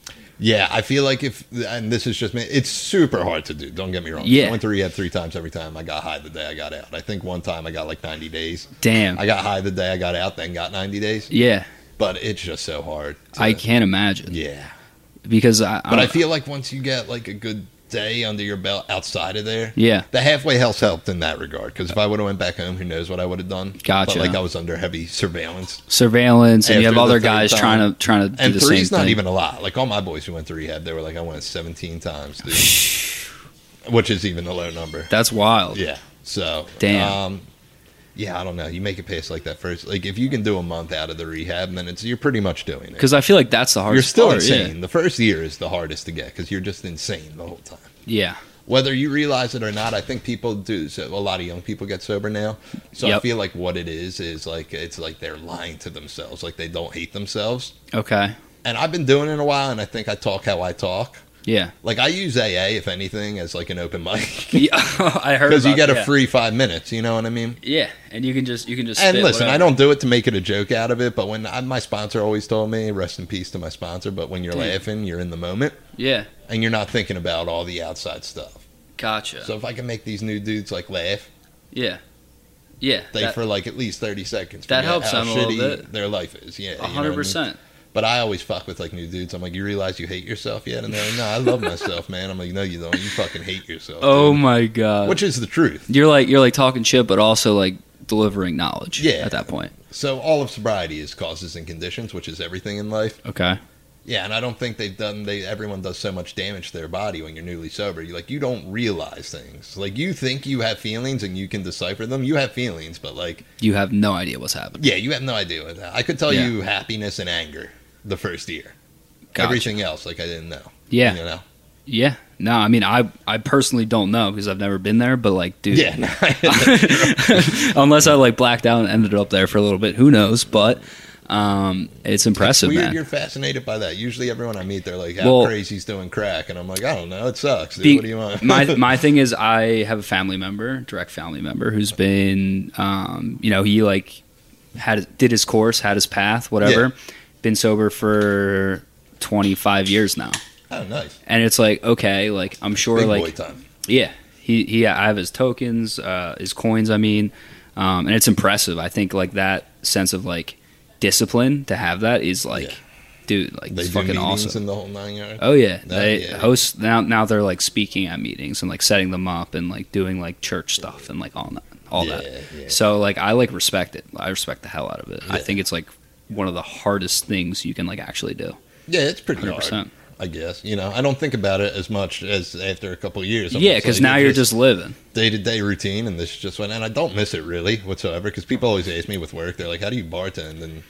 Yeah, I feel like if, and this is just me, it's super hard to do. Don't get me wrong. Yeah. I went to rehab three times every time I got high the day I got out. I think one time I got like 90 days. Damn. I got high the day I got out, then got 90 days. yeah, But it's just so hard. to- I can't imagine Yeah. because I. But I feel like once you get like a good day under your belt outside of there, Yeah, the halfway house helped in that regard. Because if I would have went back home, who knows what I would have done. Gotcha. But like I was under heavy surveillance. surveillance, and you After have other the third guys time. trying to trying to And do the three's same not thing. even a lot. Like all my boys who went to rehab, they were like, I went 17 times, dude. Which is even a low number. That's wild. Yeah. So Damn. Um, yeah, I don't know. You make a pace like that first. Like if you can do a month out of the rehab, then it's you're pretty much doing it. Because I feel like that's the You're hardest. still part, yeah. insane. The first year is the hardest to get because you're just insane the whole time. Yeah. Whether you realize it or not, I think people do. So a lot of young people get sober now. So I Yep. feel like what it is is like it's like they're lying to themselves. Like they don't hate themselves. Okay. And I've been doing it a while, and I think I talk how I talk. Yeah. Like I use AA if anything as like an open mic yeah. I heard because you about- get yeah. a free five minutes. You know what I mean? Yeah, and you can just you can just And spit listen, I whatever. don't do it to make it a joke out of it, but when I, my sponsor always told me, rest in peace to my sponsor, but when you're Dude. laughing, you're in the moment Yeah. and you're not thinking about all the outside stuff. Gotcha. So if I can make these new dudes like laugh, yeah. Yeah. they that- for like at least 30 seconds, that forget helps how them a little shitty bit. their life is. Yeah. you know what I mean? 100%. But I always fuck with like new dudes. I'm like, you realize you hate yourself yet? And they're like, no, I love myself, man. I'm like, no, you don't. You fucking hate yourself. Oh dude." my god. which is the truth. you're like you're like talking shit, but also like delivering knowledge. Yeah. At that point. So all of sobriety is causes and conditions, which is everything in life. Okay. Yeah, and I don't think they've done. They everyone does so much damage to their body when you're newly sober. You like you don't realize things. Like you think you have feelings and you can decipher them. You have feelings, but like You have no idea what's happening. yeah, you have no idea. What I could tell Yeah. you happiness and anger the first year. Gotcha. Everything else, like I didn't know. Yeah. you know. Yeah. No, I mean, I I personally don't know because I've never been there, but like, dude, Yeah, unless I like blacked out and ended up there for a little bit, who knows? But um, it's impressive, It's weird man. you're fascinated by that. Usually everyone I meet, they're like, how Well- crazy's doing crack. And I'm like, I don't know. It sucks. Dude. Be- what do you want? my my thing is, I have a family member, direct family member, who's been, um, you know, he like had did his course, had his path, whatever. Been sober for twenty five years now, oh, nice. and it's like okay, like I'm sure, Big like boy time. Yeah, he he. I have his tokens, uh, his coins. I mean, um, and it's impressive. I think like that sense of like discipline to have that is like, Yeah. dude, like They it's do fucking meetings awesome. in the whole nine yards. Oh yeah, No, they yeah. host now. Now they're like speaking at meetings and like setting them up and like doing like church stuff and like all that, all yeah, that. Yeah. So like I like respect it. I respect the hell out of it. I Yeah. think it's like one of the hardest things you can like actually do. yeah, it's pretty Hundred hard, percent. I guess. You know, I don't think about it as much as after a couple of years. I'm Yeah, just because like, now it's you're just living. day-to-day routine, and this just went. And I don't miss it really whatsoever because people always ask me with work. They're like, how do you bartend and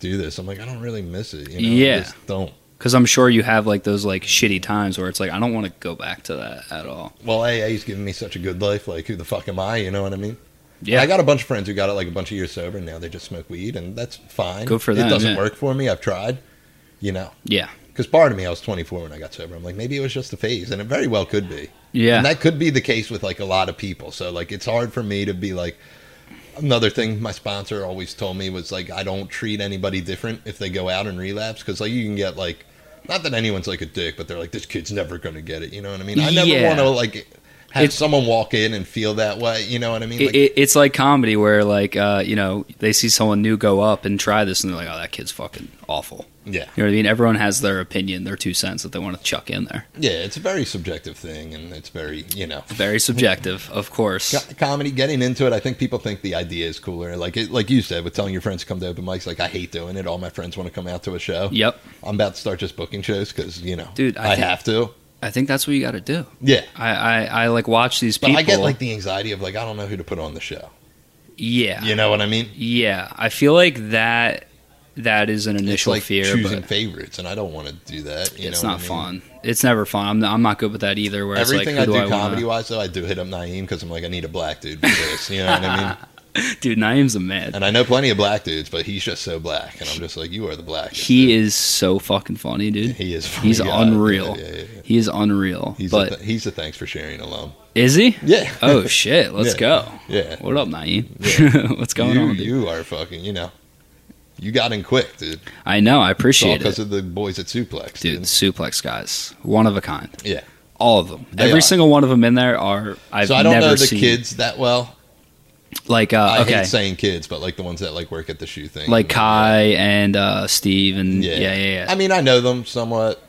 do this? I'm like, I don't really miss it. You know? Yeah. I just don't. Because I'm sure you have like those like shitty times where it's like I don't want to go back to that at all. Well, AA's given me such a good life. Like, who the fuck am I? You know what I mean? Yeah, I got a bunch of friends who got it like a bunch of years sober, and now they just smoke weed, and that's fine. Good for It them, doesn't yeah. work for me. I've tried, you know. Yeah. Because part of me, I was 24 when I got sober. I'm like, maybe it was just a phase, and it very well could be. yeah, And that could be the case with like a lot of people. So like, it's hard for me to be like. Another thing my sponsor always told me was like, I don't treat anybody different if they go out and relapse because like you can get like, not that anyone's like a dick, but they're like, this kid's never gonna get it. You know what I mean? I never Yeah. want to like have It's- someone walk in and feel that way. You know what I mean? It- Like, it- it's like comedy where like uh, you know they see someone new go up and try this and they're like, oh, that kid's fucking awful. yeah. You know what I mean? Everyone has their opinion, their two cents that they want to chuck in there. Yeah, it's a very subjective thing, and it's very you know Very subjective, of course. co- comedy. Getting into it, I think people think the idea is cooler. Like it, like you said, with telling your friends to come to open mics, like I hate doing it. All my friends want to come out to a show. Yep, I'm about to start just booking shows because you know, Dude, I, I think- have to. I think that's what you got to do. Yeah, I, I I like watch these but people. I get like the anxiety of like I don't know who to put on the show. yeah, You know what I mean? yeah. I feel like that that is an initial it's like fear, choosing but favorites, and I don't want to do that. You it's know not what I mean? fun. It's never fun. I'm not, I'm not good with that either. Where Everything it's like, who I do do I comedy wanna... wise, though, I do hit up Naeem because I'm like, I need a black dude for this. You know what I mean? dude, Naeem's a man. And I know plenty of black dudes, but he's just so black, and I'm just like, you are the black. He is so fucking funny, dude. He is. He's funny guy. unreal. Yeah, yeah, yeah. He is unreal. He's but a th- he's a thanks for sharing alum. is he? Yeah. Oh shit! Let's Yeah. go. yeah. What up, Naeem? What's Uh, going you, on? Dude? you are fucking. You know, you got in quick, dude. I know. I It's all appreciate it, because of the boys at Suplex, dude. dude. Suplex guys, one of a kind. Yeah. All of them. They Every are. single one of them in there are. I've so I don't never know the seen, kids that well. Like uh, I okay, hate saying kids, but like the ones that like work at the shoe thing, like Kai and uh, Steve and yeah, yeah, yeah. I mean, I know them somewhat.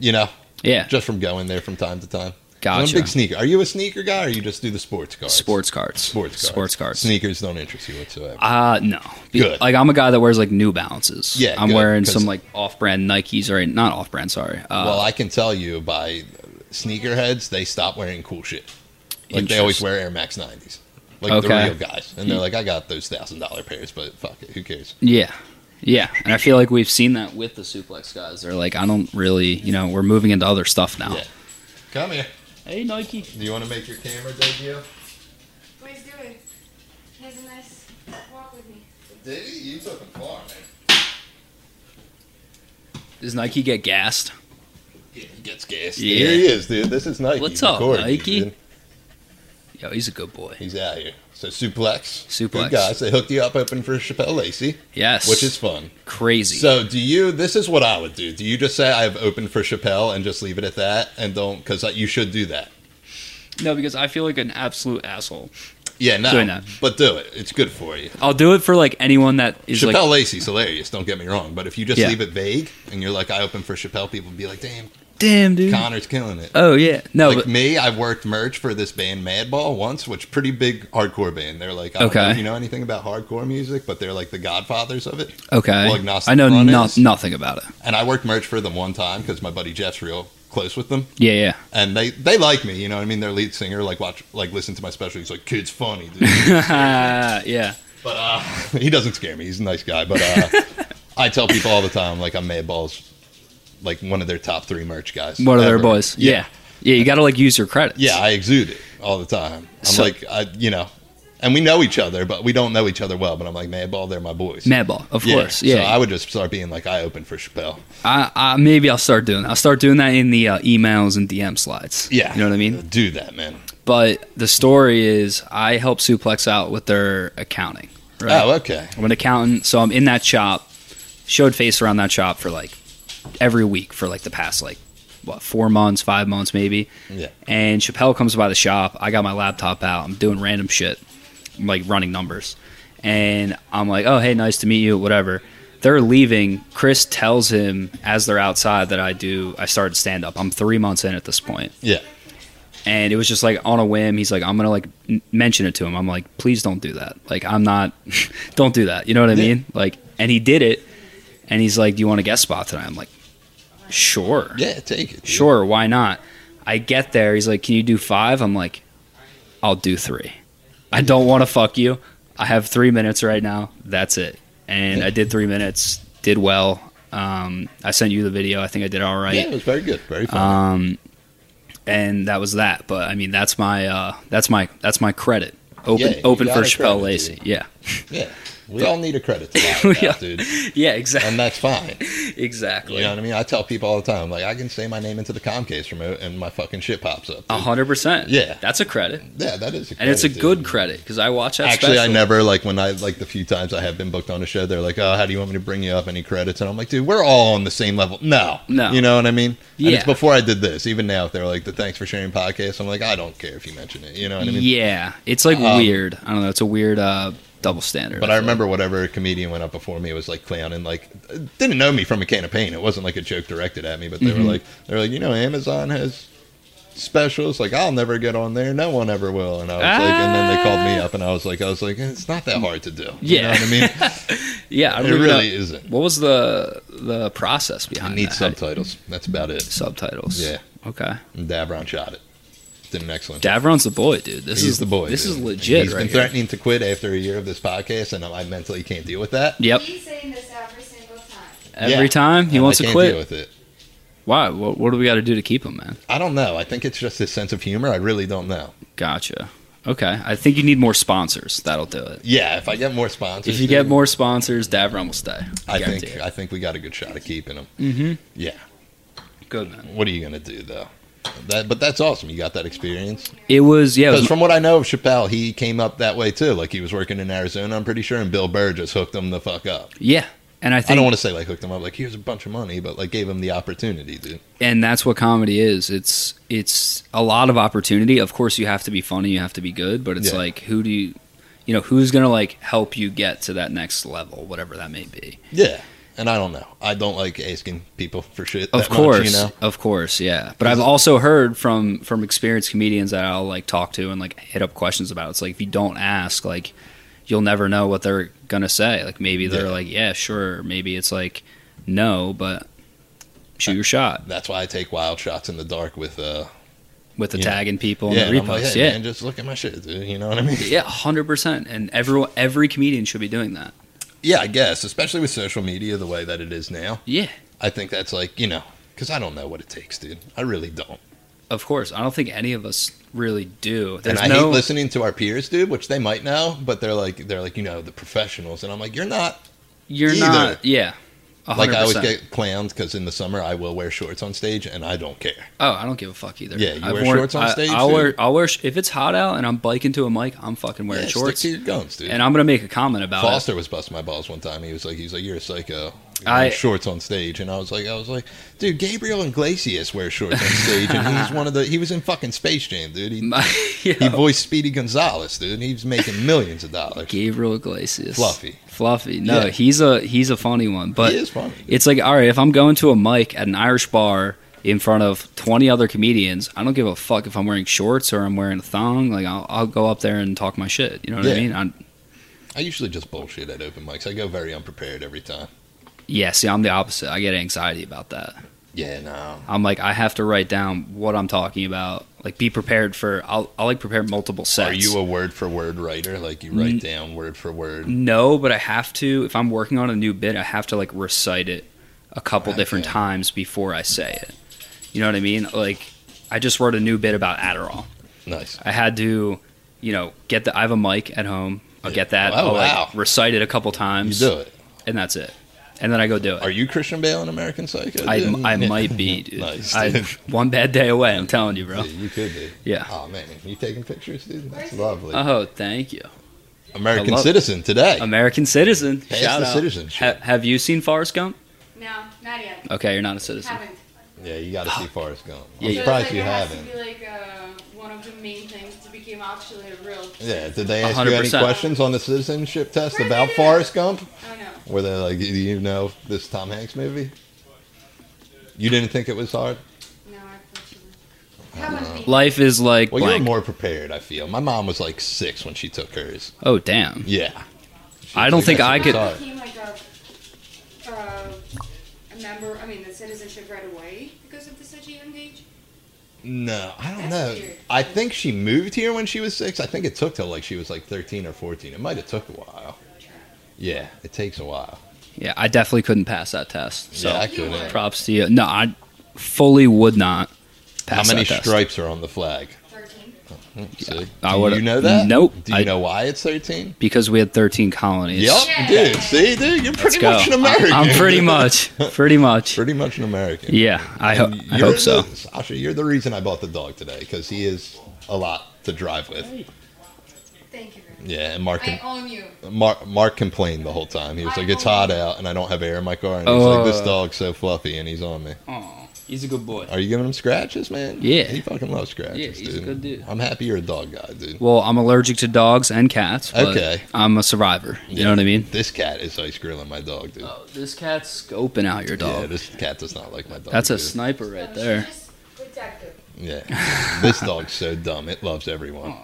You know, yeah. just from going there from time to time. I'm a Gotcha. big sneaker. Are you a sneaker guy, or you just do the sports cards? Sports cards. Sports cards. Sports cards. Sneakers don't interest you whatsoever. Uh no. Be- Good. Like I'm a guy that wears like New Balances. Yeah, I'm good, wearing 'cause- some like off-brand Nikes or not off-brand. Sorry. Uh, well, I can tell you by sneakerheads, they stop wearing cool shit. Like they always Interest- wear Air Max 90s. Like the Okay. real guys. And they're like, I got those thousand dollar pairs, but fuck it, who cares? Yeah, yeah, and I feel like we've seen that with the suplex guys. They're like, I don't really, you know, we're moving into other stuff now. Yeah. Come here. Hey Nike. Do you want to make your camera debut? Please do it. He has a nice walk with me. Did he? You took him far, man. Does Nike get gassed? Yeah, he gets gassed. Yeah. Here he is, dude. This is Nike. What's up, Recording, Nike? dude. Yo, he's a good boy. He's out here. So suplex. Suplex. Good guys. They hooked you up open for Chappelle Lacey, Yes, which is fun. crazy. So do you? This is what I would do. Do you just say I've opened for Chappelle and just leave it at that and don't? Because you should do that. no, because I feel like an absolute asshole Yeah, no. Doing that. But do it. It's good for you. I'll do it for like anyone that is Chappelle like, Lacey's hilarious, don't get me wrong. But if you just Yeah. leave it vague and you're like, I open for Chappelle, people would be like, damn, damn, dude. Connor's killing it. Mm. oh yeah, no, like but, me, I worked merch for this band Madball once, which pretty big hardcore band. They're like, I don't Okay. know if you know anything about hardcore music, but they're like the godfathers of it. okay. Well, agnostic I know front no- is- nothing about it. And I worked merch for them one time because my buddy Jeff's real close with them, Yeah, yeah. and they they like me. You know what I mean? Their lead singer like watch like listen to my special. He's like, kid's funny, dude. Ah, yeah. but uh, he doesn't scare me. He's a nice guy. But uh, I tell people all the time, like I'm Madball's like one of their top three merch guys. One of their ever. boys. Yeah. yeah. you got to like use your credits. Yeah, I exude it all the time. I'm So- like, I, you know, and we know each other, but we don't know each other well. But I'm like, Madball, they're my boys. Madball, of course. Yeah. So I would just start being like, I open for Chappelle. I, I maybe I'll start doing. That. I'll start doing that in the uh, emails and DM slides. Yeah. you know what I mean. Do that, man. But the story is, I help Suplex out with their accounting. Right? Oh, okay. I'm an accountant, so I'm in that shop. Showed face around that shop for like every week for like the past like what four months, five months maybe. Yeah. And Chappelle comes by the shop. I got my laptop out. I'm doing random shit. I'm like running numbers. And I'm like, oh, hey, nice to meet you, whatever. They're leaving. Chris tells him as they're outside that I do, I started stand up. I'm three months in at this point. Yeah. And it was just like on a whim. He's like, I'm going to like n- mention it to him. I'm like, please don't do that. Like, I'm not, don't do that. You know what I Yeah. mean? Like, and he did it. And he's like, do you want a guest spot tonight? I'm like, sure Yeah, take it. dude. sure, why not? I get there. He's like, can you do five? I'm like, I'll do three. I don't want to fuck you. I have three minutes right now. That's it. And I did three minutes, did well. Um, I sent you the video. I think I did all right. Yeah, it was very good. Very fun. Um, and that was that. But I mean, that's my uh, that's my that's my credit. Open Yeah, you open got for a credit, Chappelle Lacey. Yeah, yeah. We all need a credit to that, We all- dude. yeah, exactly, And that's fine. exactly. You know what I mean? I tell people all the time, like, I can say my name into the Comcast remote and my fucking shit pops up. dude. A hundred percent. Yeah. that's a credit, Um, and Yeah, that is a credit. it's a dude. good credit because I watch that. Actually, I special. never like when I like the few times I have been booked on a show. They're like, "Oh, how do you want me to bring you up any credits?" And I'm like, "Dude, we're all on the same level." No, No. you know what I mean? And Yeah. it's before I did this. Even now, if they're like, "The thanks for sharing podcast," I'm like, "I don't care if you mention it." You know what I mean? Yeah, it's like Um, weird. I don't know. It's a weird uh, double standard. But I feel remember whatever comedian went up before me was like clowning, like didn't know me from a can of paint. It wasn't like a joke directed at me, but they Mm-hmm. were like, they were like, you know, Amazon has specials. Like I'll never get on there. No one ever will. And I was like, and then they called me up, and I was like, I was like, it's not that hard to do. You know Yeah. what I mean? like. yeah, I it remember really that. isn't. What was the the process behind? I need that? subtitles. That's about it. subtitles. Yeah. Okay. And Davron shot it. Did an excellent. job. Davron's the boy, dude. This He's is the boy. This dude. is legit, He's right? been here. threatening to quit after a year of this podcast, and I mentally can't deal with that. Yep. He's saying this every single time. Every Yeah. time he And wants I to can't quit. Deal with it. Why? What, what do we got to do to keep him, man? I don't know. I think it's just his sense of humor. I really don't know. Gotcha. Okay. I think you need more sponsors. That'll do it. Yeah, if I get more sponsors, If you dude, get more sponsors, Davron will stay. I guarantee think I think we got a good shot at keeping him. it. Yeah. Mhm. Good man. What are you gonna do though? That, but that's awesome. You got that experience It was yeah. It was because from what I know of Chappelle, he came up that way too. Like he was working in Arizona, I'm pretty sure, and Bill Burr just hooked him the fuck up. yeah. And I think I don't want to say like hooked him up, like here's a bunch of money, but like gave him the opportunity, dude. and that's what comedy is it's it's a lot of opportunity of course you have to be funny you have to be good but it's Yeah. like who do you you know who's gonna like help you get to that next level whatever that may be Yeah, and I don't know. I don't like asking people for shit. of that much, course you know. of course yeah but i've also heard from from experienced comedians that i'll like talk to and like hit up questions about it's like if you don't ask like you'll never know what they're gonna say like maybe they're Yeah. like yeah sure maybe it's like no but shoot your shot That's why I take wild shots in the dark with uh, with the Yeah. tagging people and yeah, the and I'm like, reposts hey, yeah man, just look at my shit, dude. You know what I mean? Yeah, hundred percent. And every every comedian should be doing that. Yeah, I guess, especially with social media the way that it is now. Yeah, I think that's like, you know, because I don't know what it takes, dude. I really don't. of course. I don't think any of us really do. There's and I no. hate listening to our peers, dude, which they might know, but they're like, they're like, you know, the professionals. And I'm like, you're not. you're either. not. Yeah. a Like, hundred I always percent. get clowns because in the summer I will wear shorts on stage and I don't care. Oh, I don't give a fuck either. Yeah, you I've wear worn- shorts on I- stage, I'll wear. dude? I'll wear. sh- If it's hot out and I'm biking to a mic, I'm fucking wearing yeah, stick shorts. to your guns, dude. And I'm gonna make a comment about Foster was busting my balls one time. He was like, he's like, you're a psycho. wearing I- shorts on stage, and I was like, I was like, dude, Gabriel Iglesias wears shorts on stage, and he's one of the. He was in fucking Space Jam, dude. He, My, he voiced Speedy Gonzalez, dude. and He's making millions of dollars. Gabriel Iglesias. Fluffy. Fluffy. No, Yeah. he's a he's a funny one. But he is funny. it's like all right, if I'm going to a mic at an Irish bar in front of 20 other comedians, I don't give a fuck if I'm wearing shorts or I'm wearing a thong. Like I'll, I'll go up there and talk my shit. You know what I Yeah. mean? I'm, I usually just bullshit at open mics. I go very unprepared every time. yeah. See, I'm the opposite. I get anxiety about that. Yeah, no. I'm like, I have to write down what I'm talking about. Like, be prepared for. I'll, I'll like prepare multiple sets. Are you a word for word writer? Like you write down word for word. No, but I have to. If I'm working on a new bit, I have to like recite it a couple different Okay. times before I say it. You know what I mean? Like, I just wrote a new bit about Adderall. Nice. I had to, you know, get the. I have a mic at home. I'll get that. Oh, I'll like, wow. recite it a couple You times. do it. And that's it. And then I go do it. Are you Christian Bale in American Psycho? I, dude? I might be, dude. Nice, I, dude. one bad day away, I'm telling you, Yeah, bro. you could be. Yeah. Oh man, you taking pictures, dude? That's Where's he? lovely. Oh, thank you. I American love- citizen today. American citizen. Pass Shout the out. citizenship. Ha- have you seen Forrest Gump? No, not yet. Okay, you're not a citizen. Haven't. yeah, you got to see Forrest Gump. Ah. Yeah, I'm you- So surprised it's like you it has haven't. to be like uh, one of the main things to become actually a real. Yeah, did they ask you any 100%. questions on the citizenship test Where about did it- Forrest Gump? Oh no. Were they like, do you know this Tom Hanks movie? You didn't think it was hard? No, unfortunately. Haven't been. Life is like Well, you blank. were more prepared, I feel. My mom was like six when she took hers. oh damn! Yeah. She I was don't like, think "That's I what could- it's hard." became like a, uh, a member. I mean, the citizenship right away because of the such a young age. No, I don't That's know. weird. I think she moved here when she was six. I think it took till like she was like 13 or 14. It might have took a while. Yeah, it takes a while. Yeah, I definitely couldn't pass that test. So yeah, I You couldn't. would. props to you. No, I fully would not How pass many that test. stripes are on the flag? Thirteen. See? I Do would've- you know that? Nope. Do you I- know why it's 13? because we had 13 colonies. Yep, Yeah. dude. See, dude, you're Let's pretty go. much an American. I, am pretty much, pretty much. pretty much an American. Yeah, I, ho- And I you're hope so. the- Sasha, you're the reason I bought the dog today because he is a lot to drive with. Thank you. very much. Yeah, and Mark. I Can, own you. Mark, Mark complained the whole time. He was I like, "It's own- hot out, and I don't have air in my car." And he's like, "This Oh. dog's so fluffy, and he's on me." Aw, he's a good boy. Are you giving him scratches, man? Yeah. he fucking loves scratches. Yeah, he's a dude. good dude. I'm happy you're a dog guy, dude. Well, I'm allergic to dogs and cats. But Okay. I'm a survivor. You know what I mean? This cat is ice grilling my dog, dude. Oh, this cat's scoping out your dog. Yeah, this cat does not like my dog. That's a dude. sniper right No, she's there. just protective. yeah. this dog's so dumb. It loves everyone.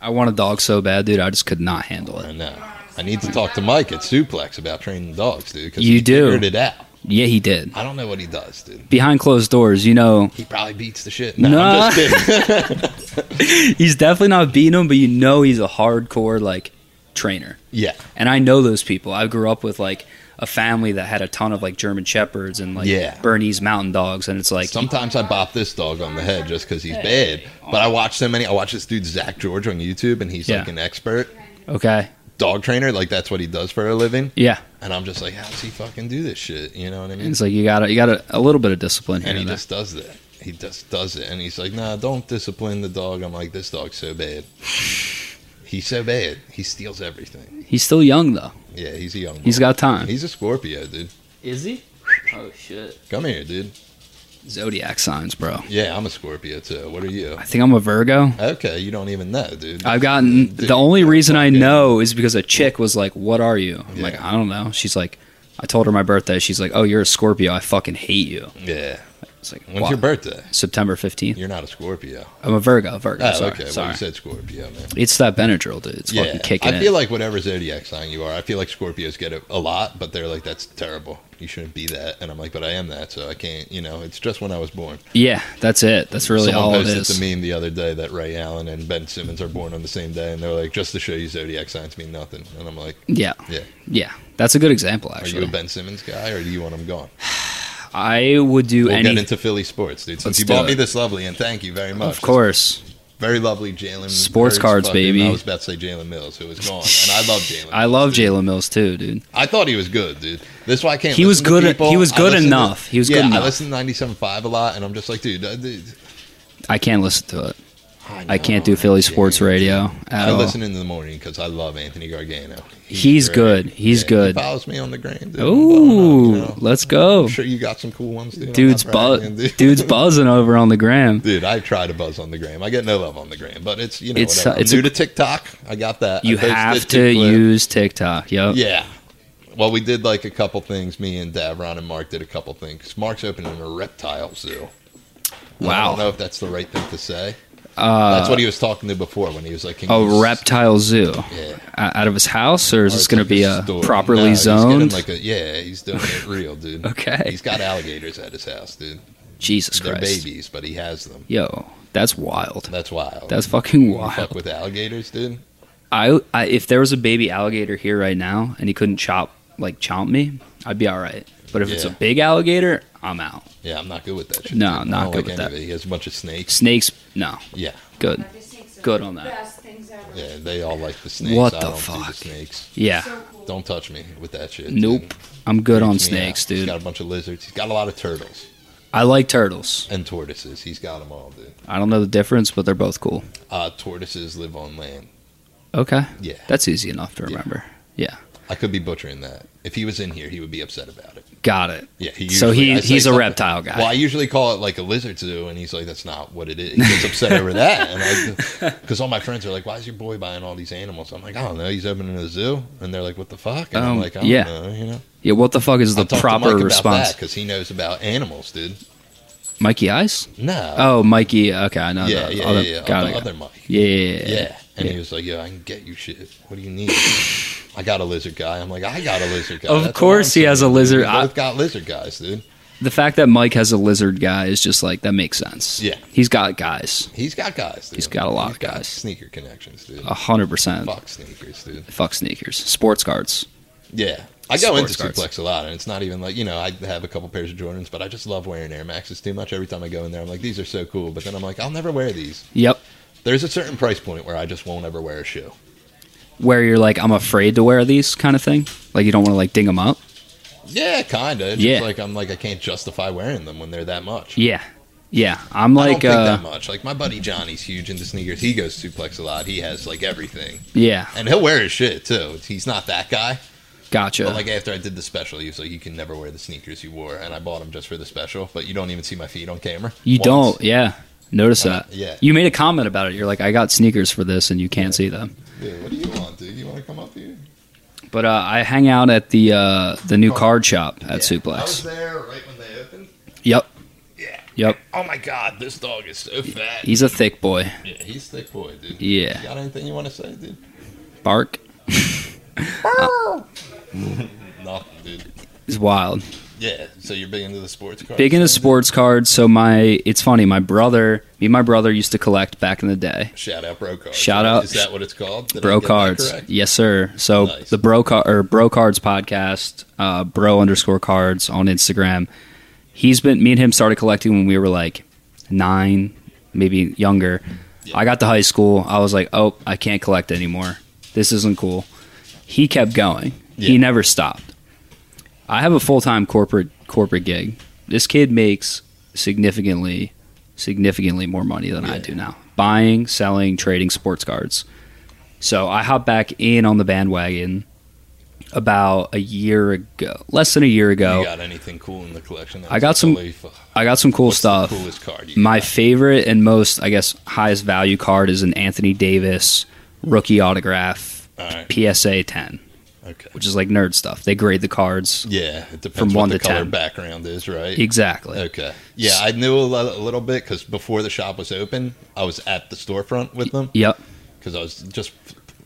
I want a dog so bad, dude. I just could not handle I it. know. uh, I need to talk to Mike at Suplex about training dogs, dude. 'cause You he do. Figured it out. Yeah, he did. I don't know what he does, dude. Behind closed doors, you know, He probably beats the shit. No, Nah. I'm just kidding. he's definitely not beating him, but you know he's a hardcore like trainer. yeah, And I know those people. I grew up with like a family that had a ton of like German shepherds and like Yeah. Bernese mountain dogs, and it's like Sometimes I bop this dog on the head just because he's bad. But I watch so many. I watch this dude Zach George on YouTube, and he's like Yeah. an expert okay, dog trainer. Like that's what he does for a living. yeah. And I'm just like, how does he fucking do this shit? You know what I And mean? it's like you got to you got to a little bit of discipline here. And he and there. just does that. He just does it. And he's like, nah, don't discipline the dog. I'm like, this dog's so bad. He's so bad. He steals everything. he's still young though. Yeah, he's a young. Boy. He's got time. He's a Scorpio, dude. Is he? Oh shit. Come here, dude. Zodiac signs, bro. Yeah, I'm a Scorpio too. What are you? I think I'm a Virgo. Okay, you don't even know, dude. I've gotten Dude, the only you're reason I fucking- know is because a chick was like, "What are you?" I'm like, Yeah. "I don't know." She's like, "I told her my birthday." She's like, "Oh, you're a Scorpio. I fucking hate you." Yeah. It's like, When's "Why?" your birthday? September 15th. You're not a Scorpio. I'm a Virgo. Virgo. Oh, sorry. okay. Well, sorry. you said Scorpio, man. it's that Benadryl, dude. It's Yeah, fucking kicking I in. feel like whatever zodiac sign you are, I feel like Scorpios get it a lot, but they're like, "That's terrible. You shouldn't be that." And I'm like, "But I am that, so I can't." You know, it's just when I was born. yeah, that's it. That's really all Someone it posted is. the meme the other day that Ray Allen and Ben Simmons are born on the same day, and they're like, "Just to show you, zodiac signs mean nothing." And I'm like, Yeah. Yeah. Yeah. That's a good example, "Are actually. you a Ben Simmons guy, or do you want him gone?" I would do We'll any. get into Philly sports, dude. Since Let's you do bought me it. this lovely, and thank you very much. of course. very lovely Jalen. Sports Hurts cards, fucking- baby. I was about to say Jalen Mills, who was gone, and I love Jalen. I love Mills, dude. Jalen Mills too, dude. I thought he was good, dude. That's why I can't. He was listen to good- people. he was I good listen to- enough. He was yeah, good I enough. listen to 97.5 a lot, and I'm just like, dude, uh, dude I can't listen to it. I can't do Philly sports radio at I all. listen in the morning because I love Anthony Gargano. He's great. good. He's Yeah, good. He follows me on the gram. dude. I'm blowing Ooh, up, you know. let's I'm go. sure you got some cool ones, dude. I'm Dude's not bragging, bu- dude's buzzing over on the gram. Dude, I try to buzz on the gram. I get no love on the gram, but it's you know It's- uh, whatever. I'm it's a- new to TikTok. I got that. I You posted have two to clips. use TikTok. Yep. Yeah. Well, we did like a couple things. Me and Davron and Mark did a couple things. Mark's opening a reptile zoo. I Wow. don't know if that's the right thing to say. Uh, That's what he was talking to before when he was like, can you a s- reptile zoo Yeah. O- out of his house, or is Or this it's going to like be a store. No, properly he's getting, zoned? like a, yeah, he's doing it real, dude. Okay. He's got alligators at his house, dude. Jesus They're Christ. babies, but he has them. Yo, that's wild. That's wild. That's fucking You fuck wild. with alligators, dude. I, I if there was a baby alligator here right now and he couldn't chop like chomp me, I'd be all right. But if it's a Yeah. big alligator, I'm out. Yeah, I'm not good with that shit. No, dude. not I don't good like with any that. Of it. He has a bunch of snakes. Snakes, no, Yeah, good. I just think so. Good on that. Best things ever. yeah, they all like the snakes. What I the don't do the fuck? snakes. Yeah, So cool. Don't touch me with that shit. dude. nope. I'm good on Freaks me snakes, out. He's got dude. a bunch of lizards. He's got a lot of turtles I like turtles. and tortoises. He's got them all, dude. I don't know the difference, but they're both cool. Uh, tortoises live on land. Okay, Yeah, that's easy enough to remember. I could be butchering that. If he was in here, he would be upset about it. Got it. Yeah, he so usually- he I say he's a something- reptile guy. Well, I usually call it like a lizard zoo, and he's like, "That's not what it is." He gets upset over that, and because all my friends are like, "Why is your boy buying all these animals?" I'm like, "I don't know. He's opening a zoo," and they're like, "What the fuck?" And Um, I'm like, "I don't yeah. know." You know, yeah, what the fuck is the I'll talk to proper Mike about response? because he knows about animals, dude. Mikey Ice? No. Oh, Mikey. Okay, I know. yeah, the yeah, other- yeah, yeah. Got Other- it. other Mike. yeah, yeah, yeah. Yeah. And Yeah. he was like, Yo, I can get you shit. What do you need? I got a lizard guy. I'm like, I got a lizard guy. Of That's what course I'm he has a saying, dude. lizard- We I- both got lizard guys, dude. The fact that Mike has a lizard guy is just like that makes sense. Yeah. he's got guys. He's got guys, dude. He's got a lot of guys. Oh. Sneaker connections, dude. A hundred percent. Fuck sneakers, dude. Fuck sneakers, sports cards. Yeah. I go Sports into cards. suplex a lot, and it's not even like, you know, I have a couple pairs of Jordans, but I just love wearing Air Maxes too much. Every time I go in there, I'm like, these are so cool. But then I'm like, I'll never wear these. Yep. There's a certain price point where I just won't ever wear a shoe. Where you're like, I'm afraid to wear these kind of thing. Like you don't want to like ding them up. Yeah, kind of. Yeah. Just like, I'm like, I can't justify wearing them when they're that much. Yeah, yeah. I'm like, I don't uh, think that much. Like my buddy Johnny's huge into sneakers. He goes suplex a lot. He has like everything, yeah. and he'll wear his shit too. He's not that guy. Gotcha. But like after I did the special, he was like, "You can never wear the sneakers you wore," and I bought them just for the special. But you don't even see my feet on camera. you Once. don't. Yeah. Notice Uh, that. yeah. You made a comment about it. You're like, I got sneakers for this, and you can't see them. Dude, what do you want, dude? You want to come up here? But uh, I hang out at the uh, the new card shop at Yeah. I was Suplex. there right when they opened. Yep. Yeah. Yep. Oh my god, this dog is so fat. He's a thick boy. yeah, he's thick boy, dude. Yeah. You got anything you want to say, dude? Bark Nothing, dude. is wild. Yeah. So you're big into the sports car. Big into sports cards. So my, it's funny. My brother, me and my brother used to collect back in the day. Shout out bro cards. Shout right? out- Is that what it's called? Did I Bro get that cards, correct? yes sir. So Nice. the bro car or bro cards podcast, uh, bro underscore cards on Instagram. He's been me and him started collecting when we were like nine, maybe younger. Yeah. I got to high school. I was like, oh, I can't collect anymore. This isn't cool. He kept going. He Yeah. never stopped. I have a full time corporate corporate gig. This kid makes significantly significantly more money than I Yeah. do now. Buying, selling, trading sports cards. So I hopped back in on the bandwagon about a year ago, less than a year ago. You got anything cool in the collection? I got some Holy fuck. I got some cool What's the stuff. coolest card. You My got? favorite and most, I guess, highest value card is an Anthony Davis rookie autograph All right. PSA 10, Okay. which is like nerd stuff. They grade the cards. Yeah, it depends From what one the to color 10. background is, right? Exactly. Okay. Yeah, I knew a, lo- a little bit because before the shop was open, I was at the storefront with them Yep. because I was just.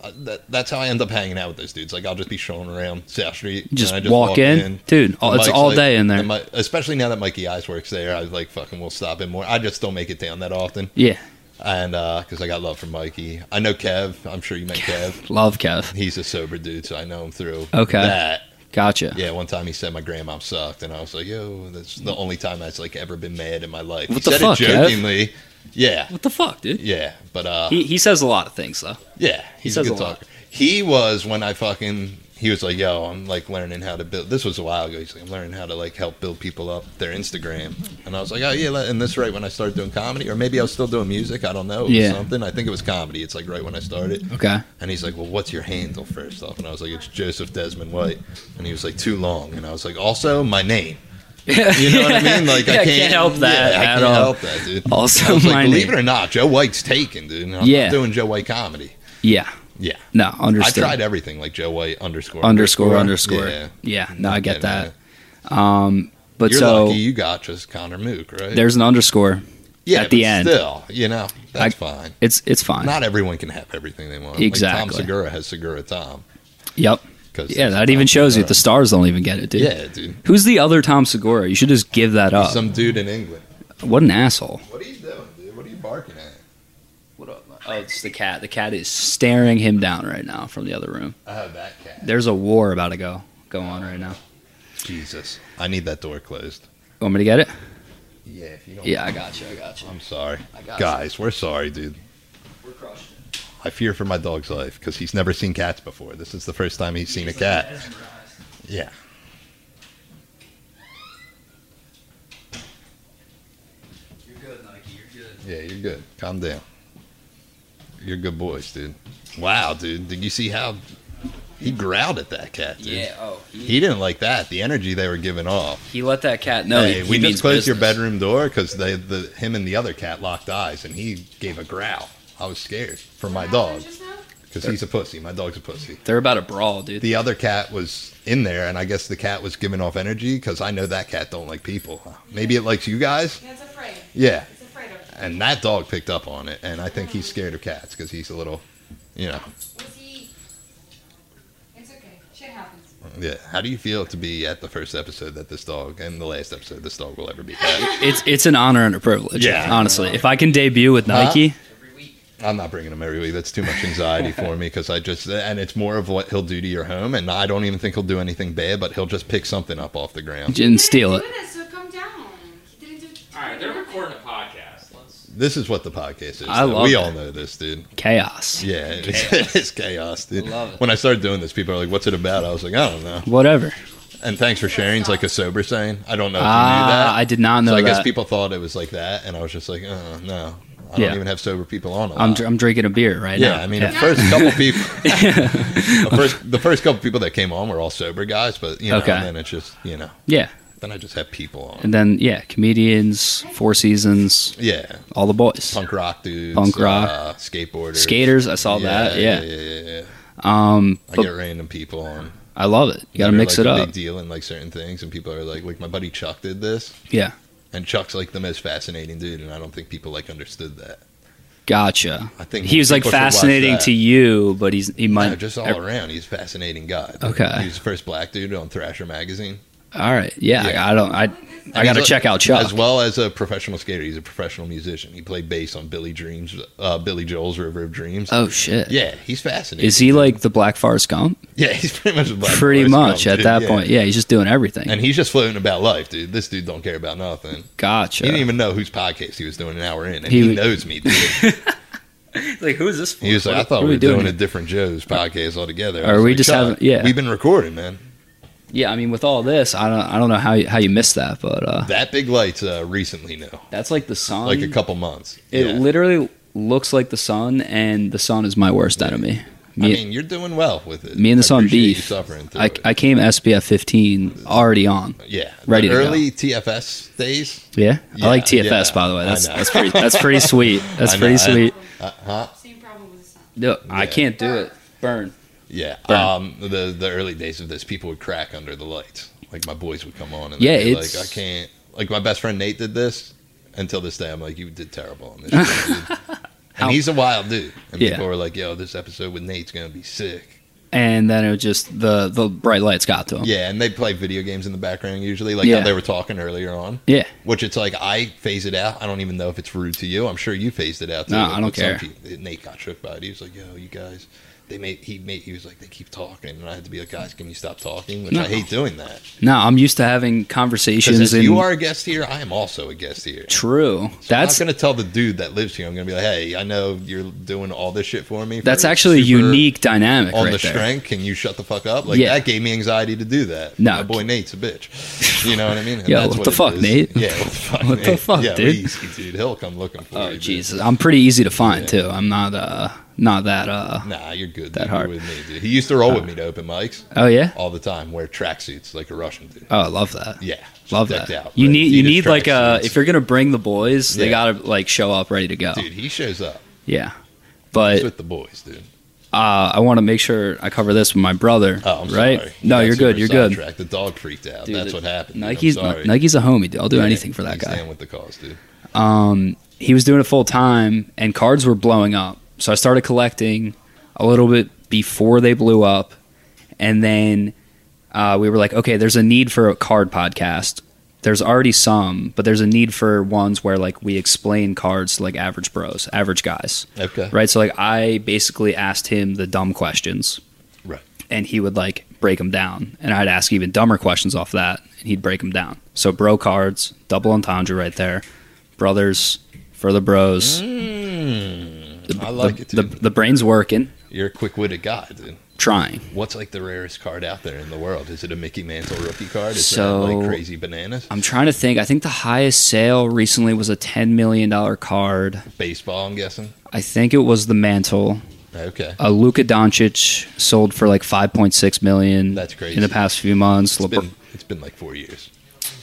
uh, That, that's how I end up hanging out with those dudes. Like I'll just be showing around South Street. Just, and I walk, in. Dude, all, And it's Mike's all like- day in there. and Mi- especially now that Mikey Eyes works there, I was like, "Fucking, we'll stop in more." I just don't make it down that often, yeah. and because I got love from Mikey, I know Kev. I'm sure you met Kev. Love Kev. He's a sober dude, so I know him through Okay. that. Gotcha. Yeah, one time he said my grandma sucked, and I was like, "Yo, that's the only time that's like ever been mad in my life." he What the said fuck, it Kev? jokingly. Yeah, What the fuck, dude? yeah, but uh, He, he says a lot of things, though. yeah, he's a says good a lot. talker. He was when I fucking he was like, "Yo, I'm like learning how to build." This was a while ago. He's like, "I'm learning how to like help build people up their Instagram." And I was like, "Oh yeah," and that's right when I started doing comedy, or maybe I was still doing music. I don't know, it was Yeah. something. I think it was comedy. It's like right when I started. Okay. And he's like, "Well, what's your handle first off?" And I was like, "It's Joseph Desmond White." And he was like, "Too long." And I was like, "Also, my name." You know what I mean? Like I, Yeah, can't, help that yeah, I at can't all. help that, dude. Also, I was like, my believe name. it or not, Joe White's taken, dude. And I'm Yeah. not doing Joe White comedy. Yeah. Yeah. No, I understood. tried everything like Joe White underscore underscore underscore. Yeah. Yeah. no, I get Yeah, that. man. Um, but You're so lucky you got just Connor Mook, right? there's an underscore. yeah, at the but end. Still, you know, that's I- fine. It's it's fine. Not everyone can have everything they want. Like Tom Exactly. Segura has Segura Tom. yep. 'cause Yeah, it's that Tom even shows you Segura. the stars don't even get it, dude. Oh. Yeah, dude. Who's the other Tom Segura? You should just give that up. Some dude in England. what an asshole. What are you doing, dude? What are you barking at? What up? Oh, it's the cat. The cat is staring him down right now from the other room. I have that cat. There's a war about to go go on right now. Jesus. I need that door closed. Want me to get it? Yeah, if you don't Yeah, I got you. I got you. I'm sorry. I got Guys, we're sorry, dude. you. We're crushed. I fear for my dog's life because he's never seen cats before. This is the first time he's seen a cat. Yeah. You're good, Nike. You're good. Yeah, you're good. Calm down. You're good boys, dude. Wow, dude. Did you see how he growled at that cat, dude? Yeah. Oh, he, He didn't like that. The energy they were giving off. he let that cat know. hey, he, he we means just closed your business. bedroom door because they, the him and the other cat locked eyes, and he gave a growl. I was scared for my dog Just now? because he's a pussy. My dog's a pussy. They're about to brawl, dude. The other cat was in there, and I guess the cat was giving off energy because I know that cat don't like people. Maybe it likes you guys. Yeah, it's afraid. Yeah, It's afraid of. and that dog picked up on it, and I think he's scared of cats because he's a little, you know, What's he? It's okay. Shit happens. yeah. How do you feel to be at the first episode that this dog and the last episode this dog will ever be? At? It's it's an honor and a privilege. Yeah. honestly, if I can debut with Huh? Nike, Every week. I'm not bringing him every week. That's too much anxiety for me because I just and it's more of what he'll do to your home, and I don't even think he'll do anything bad, but he'll just pick something up off the ground. and steal it. He didn't do this, so come down. He didn't do. Oh All right, they're recording a podcast. Let's. This is what the podcast is. I though. love we it. all know this, dude. Chaos. Yeah, it is- it is chaos, dude. I love it. When I started doing this, people are like, "What's it about?" I was like, "I don't know." Whatever. And thanks for sharing's like a sober saying. I don't know if you knew that. Ah, I did not know so I that. guess people thought it was like that, and I was just like, uh, no, I don't Yeah. even have sober people on. A lot. I'm dr- I'm drinking a beer right yeah, now. I mean, the first couple people, the first the first couple people that came on were all sober guys, but you know, Okay. and then it's just you know, yeah, then I just have people on. and then yeah, comedians, Four Seasons, Yeah, all the boys, punk rock dudes, Punk rock. uh, skateboarders, skaters. I saw that. Yeah. yeah, yeah, yeah. Um, I but get random people on. I love it. You got to that are, mix like, it a up. Big deal in like certain things, and people are like, like my buddy Chuck did this, Yeah. and Chuck's like the most fascinating dude, and I don't think people like understood that. Gotcha. I think he was like people should watch fascinating that. to you, but he's he might No, just all er- around. He's a fascinating guy. Okay. He's the first black dude on Thrasher magazine. all right. Yeah, Yeah. I I don't. I I And got to he's a- check out Chuck. As well as a professional skater, he's a professional musician. He played bass on Billy Dreams, uh, Billy Joel's River of Dreams. oh shit. yeah, he's fascinating. Is he like the Black Forest Gump? Yeah, he's pretty much a black Pretty much Forrest Gump, at dude, that yeah. point. Yeah, he's just doing everything. And he's just floating about life, dude. This dude don't care about nothing. He gotcha. didn't even know whose podcast he was doing an hour in, and He he, was- knows me. Dude. like, who is this? For? He was like, "I thought we were doing, it. a different Joe's podcast altogether." I Are was we like, just "Chuck, having- yeah." we've been recording, man. Yeah, I mean, with all this, I don't, I don't know how you, how you missed that, but uh, That big light's uh, recently now, that's like the sun. like a couple months. it Yeah. literally looks like the sun, and the sun is my worst enemy. Me, I mean, you're doing well with it. me and the I sun appreciate you beef. suffering through I, it. I came SPF 15 already on. yeah, The ready to go. early TFS days. Yeah, I like Yeah, TFS yeah, by the way. I That's know. that's pretty that's pretty sweet. That's I know, pretty I- sweet. Uh, huh? Same problem with the sun. No, Yeah. I can't do it. Burn. Yeah. Burn. Um, the the early days of this, people would crack under the lights. Like my boys would come on and Yeah, they'd be like it's- I can't. Like my best friend Nate did this. Until this day, I'm like, you did terrible on this. shit, dude." How- And he's a wild dude. And Yeah. people were like, yo, this episode with Nate's gonna be sick. And then it was just the the bright lights got to him. Yeah, and they play video games in the background usually, like Yeah. how they were talking earlier on. Yeah. Which it's like I phase it out. I don't even know if it's rude to you. I'm sure you phased it out. Too, No, I don't But some care. people- Nate got shook by it. He was like, "Yo, you guys." they made he made he was like they keep talking, and I had to be like, guys, can you stop talking? Which No. I hate doing that No, I'm used to having because conversations. if In, you are a guest here, I am also a guest here. true. That's That's I'm not gonna tell the dude that lives here. I'm gonna be like, hey, I know you're doing all this shit for me. for that's actually a super unique dynamic on right the there. strength. Can you shut the fuck up? Like Yeah. that gave me anxiety to do that. No. my boy Nate's a bitch. You know what I mean? And Yo, that's what the it fuck, is. Nate? Yeah, what the fuck, What the Nate? fuck, yeah, dude? easy, dude? He'll come looking for Oh you. dude. Jesus, I'm pretty easy to find Yeah. too. I'm not uh not that uh. Nah, you're good. That dude. hard. You're with me, dude. He used to roll with me to open mics Oh yeah. all the time. Wear tracksuits like a Russian dude. Oh, I love that. Yeah, just Love decked that. out, you like, need you Adidas need like a tracksuits. if you're gonna bring the boys, they Yeah. gotta like show up ready to go. dude. He shows up. Yeah, He's but with the boys, dude. uh, I want to make sure I cover this with my brother. Oh, I'm right? sorry. No, Got you're good. super You're good. sidetracked. The dog freaked out. Dude, That's the- what happened. dude. I'm Nike's sorry. Nike's a homie. Dude. I'll do Yeah, anything for that he's guy. down with the cause, dude. um, he was doing it full time, and cards were blowing up. So I started collecting a little bit before they blew up, and then uh, we were like, okay, there's a need for a card podcast. There's already some, but there's a need for ones where like we explain cards to like average bros, average guys, Okay. right? So like I basically asked him the dumb questions, Right. And he would like break them down, and I'd ask even dumber questions off that, and he'd break them down. So bro cards, double entendre right there, brothers for the bros. Mm-hmm. I like the, it, The, dude. the brain's working, Mm. You're a quick-witted guy, dude. trying. What's like the rarest card out there in the world? Is it a Mickey Mantle rookie card? Is So- that like crazy bananas? I'm trying to think. I think the highest sale recently was a ten million dollar card. Baseball, I'm guessing. I think it was the mantle. Okay. A Luka Doncic sold for like five point six million. That's crazy. In the past few months, It's LeBron- been it's been like four years.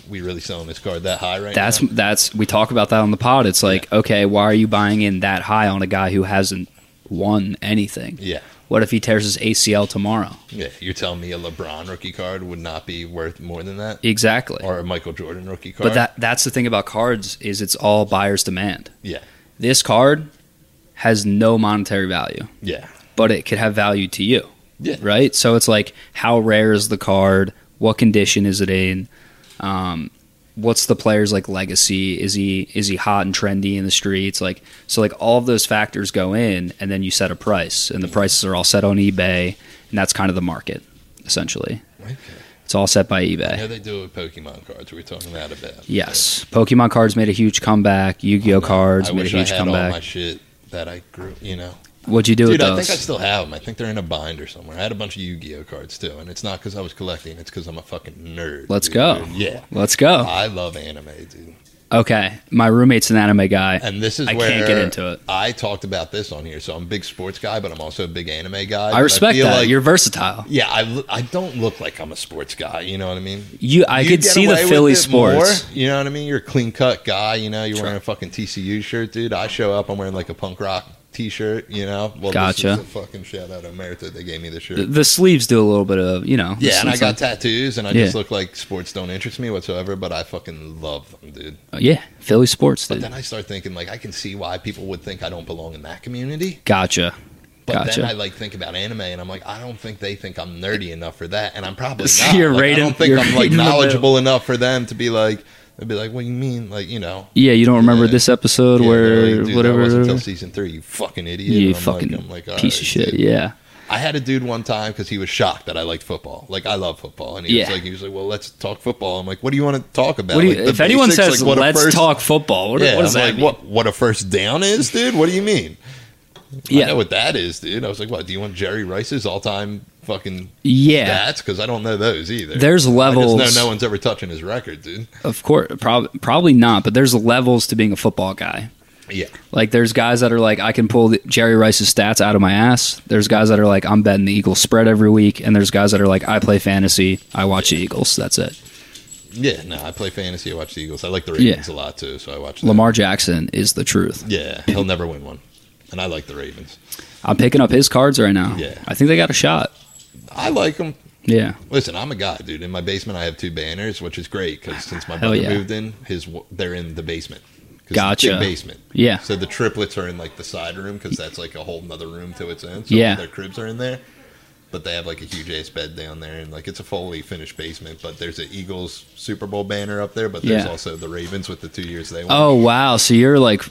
We really selling this card that high right that's now? that's we talk about that on the pod. It's like, okay, why are you buying in that high on a guy who hasn't won anything? Yeah. What if he tears his ACL tomorrow? Yeah. You're telling me a LeBron rookie card would not be worth more than that? Exactly. Or a Michael Jordan rookie card? But that that's the thing about cards is it's all buyer's demand. Yeah. This card has no monetary value, Yeah. but it could have value to you. Yeah. Right? So it's like how rare is the card? What condition is it in? Um what's the player's like legacy? Is he is he hot and trendy in the streets? Like so like all of those factors go in and then you set a price Mm-hmm. and the prices are all set on eBay and that's kind of the market essentially. Okay. It's all set by eBay. How they do it with Pokemon cards? We were talking that about. Yes, Pokemon cards made a huge comeback. Yu-Gi-Oh cards Oh, I made a wish I huge had all my comeback. shit that I grew. You know, What'd you do dude, with I think those? I still have them. I think they're in a binder somewhere. I had a bunch of Yu-Gi-Oh cards too, and it's not because I was collecting. It's because I'm a fucking nerd. Let's dude. go. Yeah, Let's go. I love anime, dude. Okay, my roommate's an anime guy. And this is I where can't get into it. I talked about this on here. So I'm a big sports guy, but I'm also a big anime guy. I respect feel that. like- You're versatile. yeah, I, l- I don't look like I'm a sports guy. You know what I mean? You, I You could get see the away with Philly it sports. more, you know what I mean? You're a clean cut guy. You know, you're Sure. wearing a fucking TCU shirt, dude. I show up, I'm wearing like a punk rock t shirt, you know? Well, Gotcha. This is a fucking shout out to Omerta. They gave me the shirt. The, the sleeves do a little bit of you know. yeah, and I it's got tattoos, and I just Yeah. look like sports don't interest me whatsoever, but I fucking love them, dude. like- yeah, Philly sports. But Dude. then I start thinking, like, I can see why people would think I don't belong in that community. Gotcha. But Gotcha. then I like think about anime, and I'm like, I don't think they think I'm nerdy enough for that, and I'm probably So not. you're Like, right I in- don't think you're I'm right like in the middle. knowledgeable enough for them to be like, they'd be like, what do you mean? Like, you know, Yeah, you don't remember Yeah. this episode Yeah, they're where like, dude, whatever. That wasn't until season three. You fucking idiot. you And I'm fucking like, I'm like, all piece right, of shit. dude. Yeah. I had a dude one time because he was shocked that I liked football. Like I love football, and he Yeah. was like, he was like, well, let's talk football. I'm like, what do you want to talk about? What do you, Like, the if anyone basics, says like, what a let's first- talk football, what, yeah, what does I'm that like, mean? what what a first down is, dude? What do you mean? I know yeah, what that is, dude. I was like, what? Do you want Jerry Rice's all time fucking yeah. stats? Because I don't know those either. There's I just levels. know no one's ever touching his record, dude. Of course, prob- probably not. But there's levels to being a football guy. Yeah, Like there's guys that are like I can pull the, Jerry Rice's stats out of my ass. There's guys that are like I'm betting the Eagles spread every week, and there's guys that are like I play fantasy, I watch the Eagles. That's it. yeah. No, I play fantasy. I watch the Eagles. I like the Yeah. Ravens a lot too, so I watch them. Lamar Jackson is the truth. Yeah, he'll never win one. And I like the Ravens. I'm picking up his cards right now. Yeah. I think they got a shot. I like them. Yeah, Listen, I'm a guy, dude. In my basement, I have two banners, which is great because since my Hell brother yeah. moved in, his w- they're in the basement. 'Cause it's Gotcha. a big basement. yeah, So the triplets are in like the side room because that's like a whole nother room to its own. So Yeah. their cribs are in there, but they have like a huge ass bed down there, and like it's a fully finished basement. But there's an Eagles Super Bowl banner up there, but there's Yeah. also the Ravens with the two years they won. Oh wow, so you're like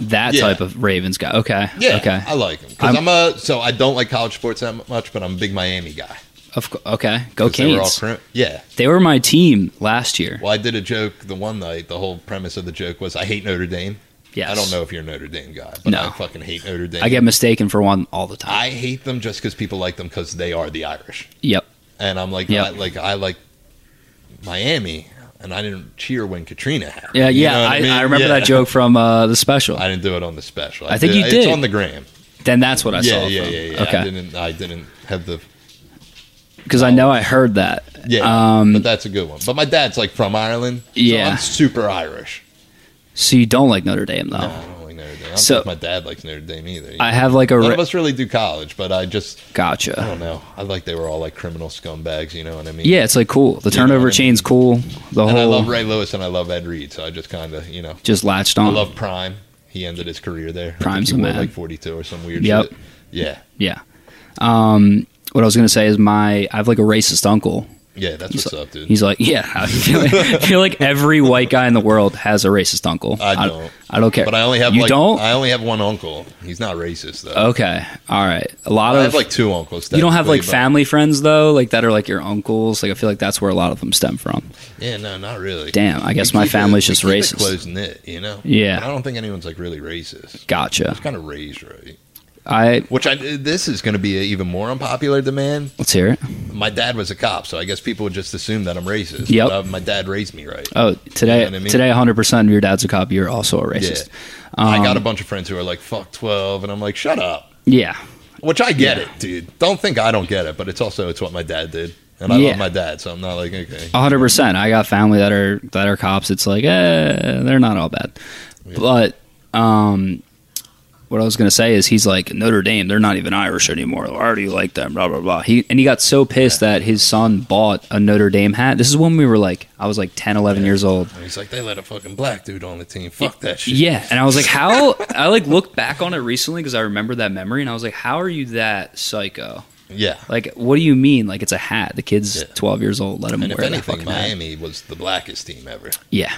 That Yeah. type of Ravens guy. Okay. Yeah, Okay. I like him because I'm- I'm, a so I don't like college sports that much, but I'm a big Miami guy. Of cou- okay. Go 'Cause they were all Canes. crim- yeah. They were my team last year. Well, I did a joke the one night. The whole premise of the joke was I hate Notre Dame. Yes. I don't know if you're a Notre Dame guy, but No. I fucking hate Notre Dame. I get mistaken for one all the time. I hate them just because people like them because they are the Irish, yep. and I'm like, Yep. I, like I like Miami, and I didn't cheer when Katrina happened. Yeah. You Yeah. know what I, I, mean? remember Yeah. that joke from uh, the special. I didn't do it on the special. I think you It's did. on the gram. then that's what I yeah, saw. it yeah, from. yeah, yeah. I Okay. didn't. I didn't have the Because I know I heard that. Yeah, Um, but that's a good one. But my dad's like from Ireland. so Yeah. I'm super Irish. So you don't like Notre Dame though. No, I don't like Notre Dame. I don't Oh. So- think my dad likes Notre Dame either. I have like a None re- of us really do college, but I just gotcha. I don't know. I like they were all like criminal scumbags. You know what I mean? Yeah, Oh. it's like cool. The You know turnover what I mean? chain's cool. The And I whole love Ray Lewis and I love Ed Reed, so I just kind of you know just latched I on. love Prime. He ended his career there. I think Prime's he the wore, man. like 42 or some weird Yep. shit. Yeah, yeah. Um, what I was gonna say is my I have like a racist uncle. yeah, that's what's up, dude. He's like, yeah. I feel like, I feel like every white guy in the world has a racist uncle. I don't. I, don't care. But I only have you like, don't. I only have one uncle. He's not racist though. okay. All right. A lot I of have like two uncles. you don't have like technically, but- family friends though, like that are like your uncles. Like I feel like that's where a lot of them stem from. Yeah, no, not really. Damn, I guess We my keep it- family's we just keep it racist. Close knit, you know. Yeah. I don't think anyone's like really racist. Gotcha. It's kind of raised right. I Which I this is going to be even more unpopular demand. let's hear it. My dad was a cop, so I guess people would just assume that I'm racist. Yep. But, uh, my dad raised me right. Oh, today, You know what I mean? today, 100 percent of your dad's a cop. You're also a racist. I Um, got a bunch of friends who are like "fuck 12 and I'm like "shut up," Yeah, which I get it, dude. Don't think I don't get it, but it's also it's what my dad did, and I Yeah. love my dad, so I'm not like okay. A hundred percent. I got family that are that are cops. It's like, eh, they're not all bad. But um, what I was gonna say is, he's like Notre Dame. They're not even Irish anymore. Why do you like them? Blah blah blah. He and he got so pissed that his son bought a Notre Dame hat. This is when we were like, I was like 10, 11 years old. And he's like they let a fucking black dude on the team. Fuck that shit. Yeah, and I was like, how? I like looked back on it recently because I remember that memory, and I was like, how are you that psycho? Yeah. Like, what do you mean? Like, it's a hat. The kid's Yeah. 12 years old. Let him And if wear that anything, fucking hat. Miami was the blackest team ever. Yeah,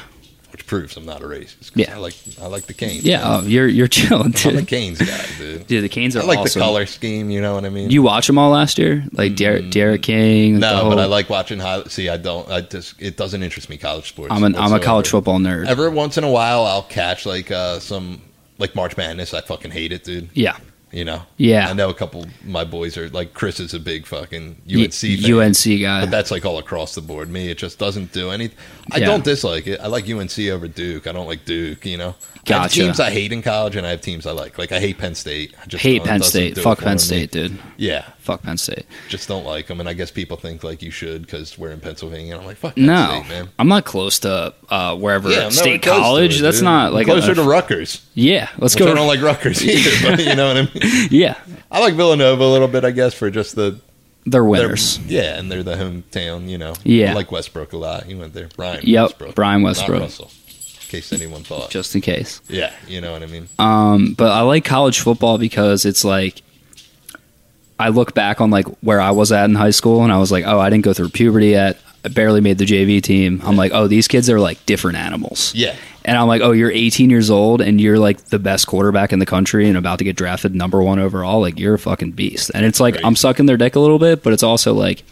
which proves I'm not a racist. 'cause Yeah. I like I like the Canes. yeah. man. Oh, you're you're chilling, I'm a dude. Canes guy, dude. Dude, the Canes I are like awesome. the color scheme. You know what I mean? You watch them all last year, like Derek, Derek King. like, no, the whole- but I like watching. High, see, I don't. I just it doesn't interest me college sports. I'm an I'm a whatsoever. college football nerd. Every once in a while, I'll catch like uh, some like March Madness. I fucking hate it, dude. yeah, You know. I yeah. know a couple. of My boys are like Chris is a big fucking Y- UNC. fan, UNC guy. But that's like all across the board. Me, it just doesn't do anything. I Yeah. don't dislike it. I like UNC over Duke. I don't like Duke. You know, I have Gotcha. teams I hate in college, and I have teams I like. Like I hate Penn State. I just Hate don't- it Penn doesn't State. do it Fuck for Penn me. State, dude. Yeah, Fuck Penn State. just don't like them. And I guess people think like you should because we're in Pennsylvania. And I'm like, fuck Penn No, State, man. I'm not close to uh, wherever Yeah, I'm nowhere State close to College. it, That's dude. not I'm like closer a, to Rutgers. yeah. Let's Which I don't go. like Rutgers either, but you know what I mean. Yeah, I like Villanova a little bit, I guess, for just the they're they're- winners. yeah, and they're the hometown, you know. Yeah. I like Westbrook a lot. He went there. Brian Yep, Westbrook. Brian not Westbrook. Russell, in case anyone thought. just in case. Yeah, you know what I mean? Um, but I like college football because it's like I look back on like where I was at in high school, and I was like, oh, I didn't go through puberty yet. I barely made the JV team. I'm like, oh, these kids are like different animals. Yeah. And I'm like, oh, you're 18 years old and you're like the best quarterback in the country and about to get drafted number one overall. Like, you're a fucking beast. And it's like, Right. I'm sucking their dick a little bit, but it's also like,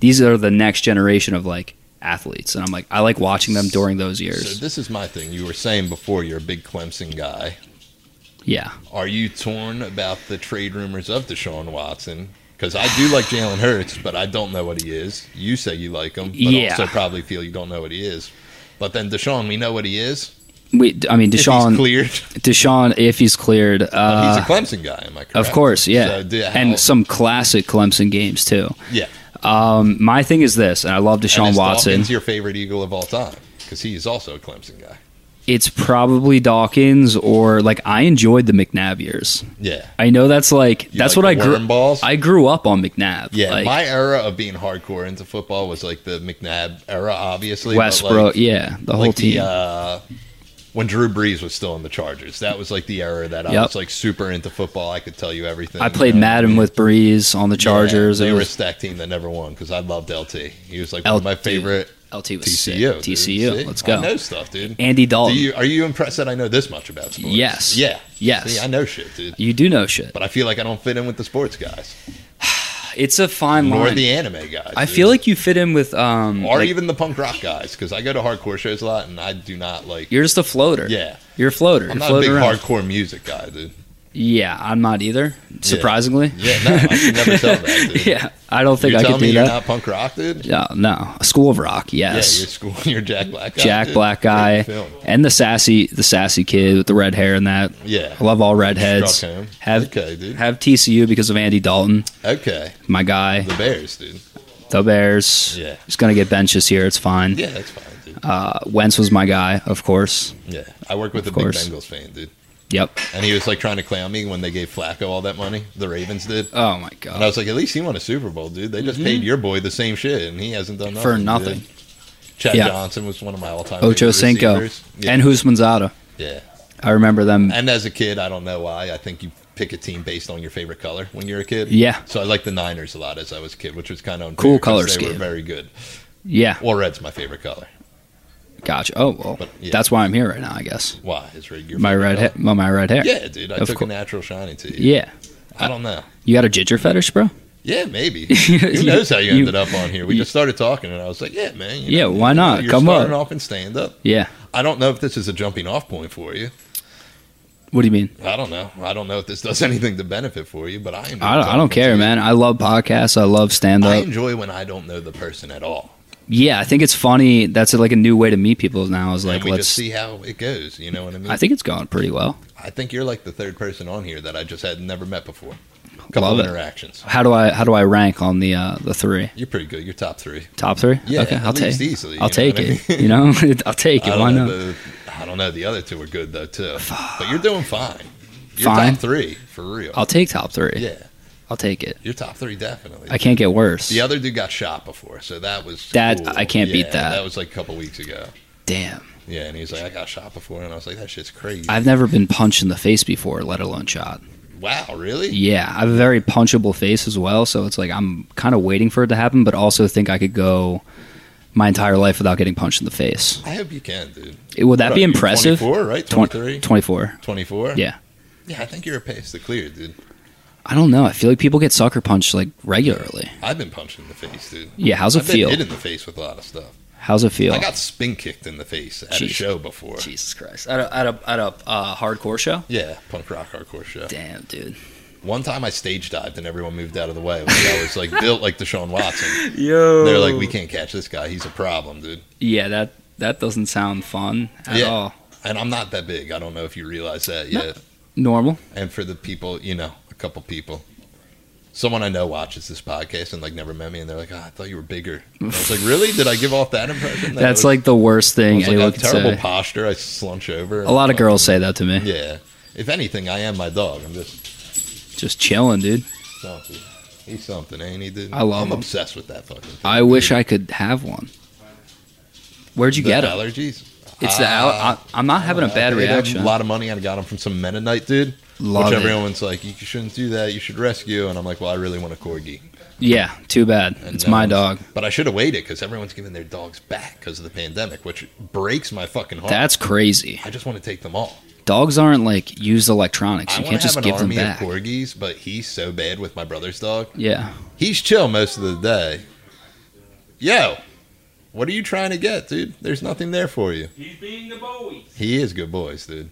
these are the next generation of like athletes. And I'm like, I like watching them during those So years. this is my thing. You were saying before you're a big Clemson guy. yeah. Are you torn about the trade rumors of Deshaun Watson? Because I do like Jalen Hurts, but I don't know what he is. You say you like him, but Yeah. also probably feel you don't know what he is. But then Deshaun, we know what he is. We, I mean, If Deshaun. he's cleared. Deshaun, if he's cleared, uh, Oh, he's a Clemson guy, am I correct? of course, yeah, So, do- how- and some classic Clemson games too. yeah. Um, my thing is this, and I love And Deshaun is Watson. Dawkins your favorite Eagle of all time because he is also a Clemson guy. It's probably Dawkins or like I enjoyed the McNabb years. Yeah. I know that's like You that's like what the I grew. worm balls? I grew up on McNabb. Yeah, like, my era of being hardcore into football was like the McNabb era, obviously. but, like- Westbrook. yeah, the whole like team. the uh, when Drew Brees was still in the Chargers. That was like the era that I Yep. was like super into football. I could tell you everything. I played you know? Madden with Breeze on the uh, Yeah, Chargers. It they were a was- stacked team that never won because I loved LT. He was like one of LT. my favorite LT was sick. TCU. dude. TCU. See? Let's I go. know stuff, dude. Andy Do Dalton. you, are you impressed that I know this much about sports? Yes. Yeah. Yes. See, I know shit, dude. you do know shit. But I feel like I don't fit in with the sports guys, It's a fine nor line. the anime guys. I dude. feel like you fit in with um. or like, even the punk rock guys, because I go to hardcore shows a lot, and I do not like. you're just a floater. Yeah, You're a floater. I'm You're not a big floating around. hardcore music guy, dude. Yeah, I'm not either. Surprisingly. Yeah, no, I can never tell that. Dude. yeah, I don't think you're I telling could me do you're that. not punk rock, dude. Yeah, no, a School of Rock. Yeah, you're Yes. school. You're Jack Black. Guy, Jack dude. Black guy Great film. and the sassy the sassy kid with the red hair and that. Yeah. I love all redheads. Struck him. Have okay, dude. have TCU because of Andy Dalton, Okay, my guy. the Bears, dude. The Bears. Yeah. He's gonna get benches here. It's fine. Yeah, that's fine, dude. Uh, Wentz was my guy, of course. Yeah, I work with a of big course. Bengals fan, dude, Yep. and he was like trying to clown me when they gave Flacco all that money. The Ravens did. Oh my And I god. was like, at least he won a Super Bowl, dude. They just paid your boy the same shit, and he hasn't done nothing. Mm-hmm. For dude. nothing. Chad Yeah. Johnson was one of my all-time Ocho favorite Cinco receivers. Yeah. and Husmanzada. yeah. I remember them. And as a kid, I don't know why. I think you pick a team based on your favorite color when you're a kid. Yeah. So I liked the Niners a lot as I was a kid, which was kind of Cool color They were scheme. very good. Yeah. Well, red's my favorite color. Gotcha. Oh well. But, yeah. That's why I'm here right now. I guess. Why? Is red your My favorite red hair. color? My red hair. Yeah, dude. I Of took cour- a natural shiny to you. Yeah. I don't know. You got a ginger fetish, bro? Yeah, maybe. Who knows how you, You- ended up on here? We you- just started talking, and I was like, "Yeah, man. you Yeah, why not? You're Come on." starting off and stand up. Yeah. I don't know if this is a jumping off point for you. What do you mean? I don't know. I don't know if this does anything to benefit for you, but I enjoy I don't, I talking don't to care, you. man. I love podcasts. I love stand I up. enjoy when I don't know the person at all. Yeah, I think it's funny. That's like a new way to meet people now. Is like and we let's. just see how it goes. You know what I mean? I think it's going pretty well. I think you're like the third person on here that I just had never met before. Couple Love of it. interactions. How do I how do I rank on the uh, the three You're pretty good. You're top three. top three? Yeah, okay, at I'll take least easily, I'll you know take what I it. mean? You know, I'll take it. I Why don't know. not? The, I don't know. The other two are good though too. But you're doing fine. You're Fine. top three for real. I'll take top three. yeah, I'll take it. you're top three definitely. I can't get worse. the other dude got shot before, so that was That- cool. I can't beat Yeah, that. That was like a couple weeks ago. Damn, Yeah, and he's like, I got shot before, and I was like, that shit's crazy. I've never been punched in the face before, let alone shot. wow, really? Yeah, I have a very punchable face as well, so it's like I'm kind of waiting for it to happen, but also think I could go my entire life without getting punched in the face. I hope you can, dude. It- would that What be are you, impressive? 24, right? Twen- 23? 24. 24? Yeah. Yeah, I think you're a pace to clear, dude. I don't know. I feel like people get sucker punched like regularly. I've been punched in the face, dude. Yeah, how's it I've feel? been hit in the face with a lot of stuff. How's it feel? I got spin kicked in the face at a Jeez. show before. Jesus Christ. At a, at a, at a uh, hardcore show? Yeah, punk rock hardcore show. Damn, dude. One time I stage dived and everyone moved out of the way. Like I was like built like Deshaun Watson. Yo. They're like, we can't catch this guy. He's a problem, dude. Yeah, that, that doesn't sound fun at Yeah. all. And I'm not that big. I don't know if you realize that No. yet. Normal? And for the people, you know, a couple people. Someone I know watches this podcast and like never met me, and they're like, oh, "I thought you were bigger." I was like, "Really? Did I give off that impression?" That I That's was- like the worst I thing was like, anyone "I have could terrible say. posture. I slunch over. uh, A lot of girls say that to me. Yeah. If anything, I am my dog. I'm just Just chilling, dude. something. He's something, ain't he, dude? I love I'm him. obsessed with that fucking. Thing. I wish I could have one. Where'd you the get it? allergies. It's the al- I, I'm not having a bad I paid him reaction. A lot of money. I got him from some Mennonite dude. Love which it. everyone's like, you shouldn't do that. You should rescue. And I'm like, well, I really want a corgi. Yeah, too bad. And It's no my one's- dog. But I should have waited because everyone's giving their dogs back because of the pandemic, which breaks my fucking heart. That's crazy. I just want to take them all. Dogs aren't like used electronics. I You want can't to just have an give them army of back. corgis, but he's so bad with my brother's dog. Yeah. He's chill most of the day. Yo, what are you trying to get, dude? There's nothing there for you. He's being the Bowie. He is good boys, dude.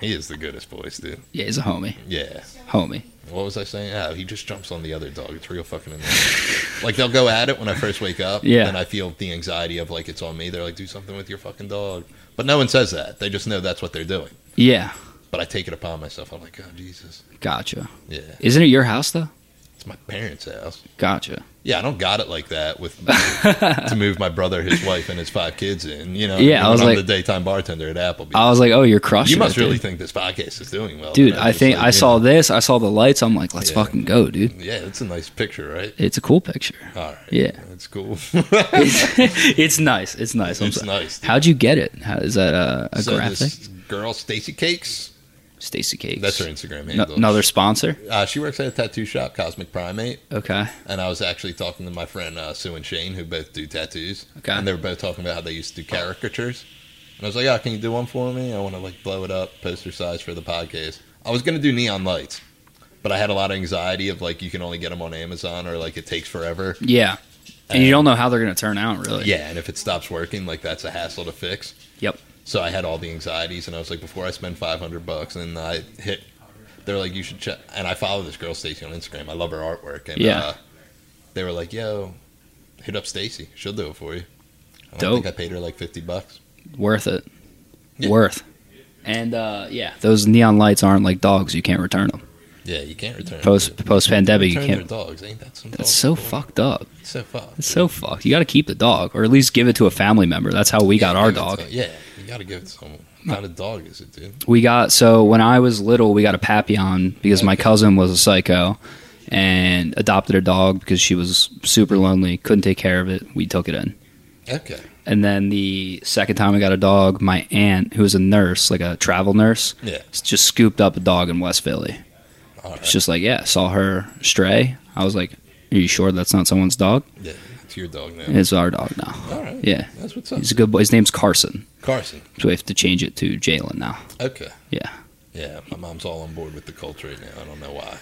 He is the goodest boys, dude. Yeah, he's a homie. Yeah. Homie. What was I saying? Oh, he just jumps on the other dog. It's real fucking annoying. like they'll go at it when I first wake up. Yeah. And I feel the anxiety of like it's on me. They're like, do something with your fucking dog. But no one says that. They just know that's what they're doing. Yeah. But I take it upon myself. I'm like, oh Jesus. Gotcha. Yeah. Isn't it your house though? It's my parents' house. Gotcha. Yeah, I don't got it like that with to move my brother, his wife, and his five kids in. You know, Yeah, I when was I'm like- the daytime bartender at Applebee's. I was like, oh, you're crushing. you must it, really dude. think this podcast is doing well, Dude, then. I It's think like, I you saw know, this. I saw the lights. I'm like, let's Yeah. fucking go, dude. yeah, it's a nice picture, right? It's a cool picture. All right, Yeah. that's cool. it's, it's nice. It's nice. I'm it's so- nice. dude. How'd you get it? How is that a, a so graphic? this girl Stacy Cakes Stacy Cakes. That's her Instagram N- handle. another sponsor. Uh, she works at a tattoo shop, Cosmic Primate, Okay. and I was actually talking to my friend uh, Sue and Shane, who both do tattoos, Okay. and they were both talking about how they used to do caricatures. And I was like, "Oh, can you do one for me? I want to like blow it up, poster size for the podcast." I was gonna do neon lights, but I had a lot of anxiety of like you can only get them on Amazon or like it takes forever. Yeah. And you don't know how they're going to turn out, really. Uh, Yeah, and if it stops working, like that's a hassle to fix. Yep. So I had all the anxieties, and I was like, before I spend five hundred bucks, and I hit. They're like, you should check. And I follow this girl Stacy on Instagram. I love her artwork, and Yeah. uh, they were like, yo, hit up Stacy. She'll do it for you. I don't Dope. think I paid her like fifty bucks. Worth it. Yeah. Worth. And uh, yeah, those neon lights aren't like dogs. You can't return them. Yeah, you can't return. Post post pandemic, you return their can't. dogs. Ain't that some? That's dogs so are cool? fucked up. So fucked. That's so fucked. You got to keep the dog, or at least give it to a family member. That's how we got Yeah, our give it dog. to- yeah, you gotta give it to someone. What kind of dog is it, dude? We got so when I was little, we got a Papillon because my Okay. cousin was a psycho and adopted a dog because she was super lonely, couldn't take care of it. We took it in. Okay. And then the second time I got a dog, my aunt, who was a nurse, like a travel nurse, Yeah. s- just scooped up a dog in West Philly. All It's right. just like, yeah, saw her stray. I was like, are you sure that's not someone's dog? Yeah, it's your dog now. It's our dog now. All right. Yeah. That's what's up. He's a good boy. His name's Carson. Carson. So we have to change it to Jalen now. Okay. Yeah. Yeah, my mom's all on board with the Colts right now. I don't know why.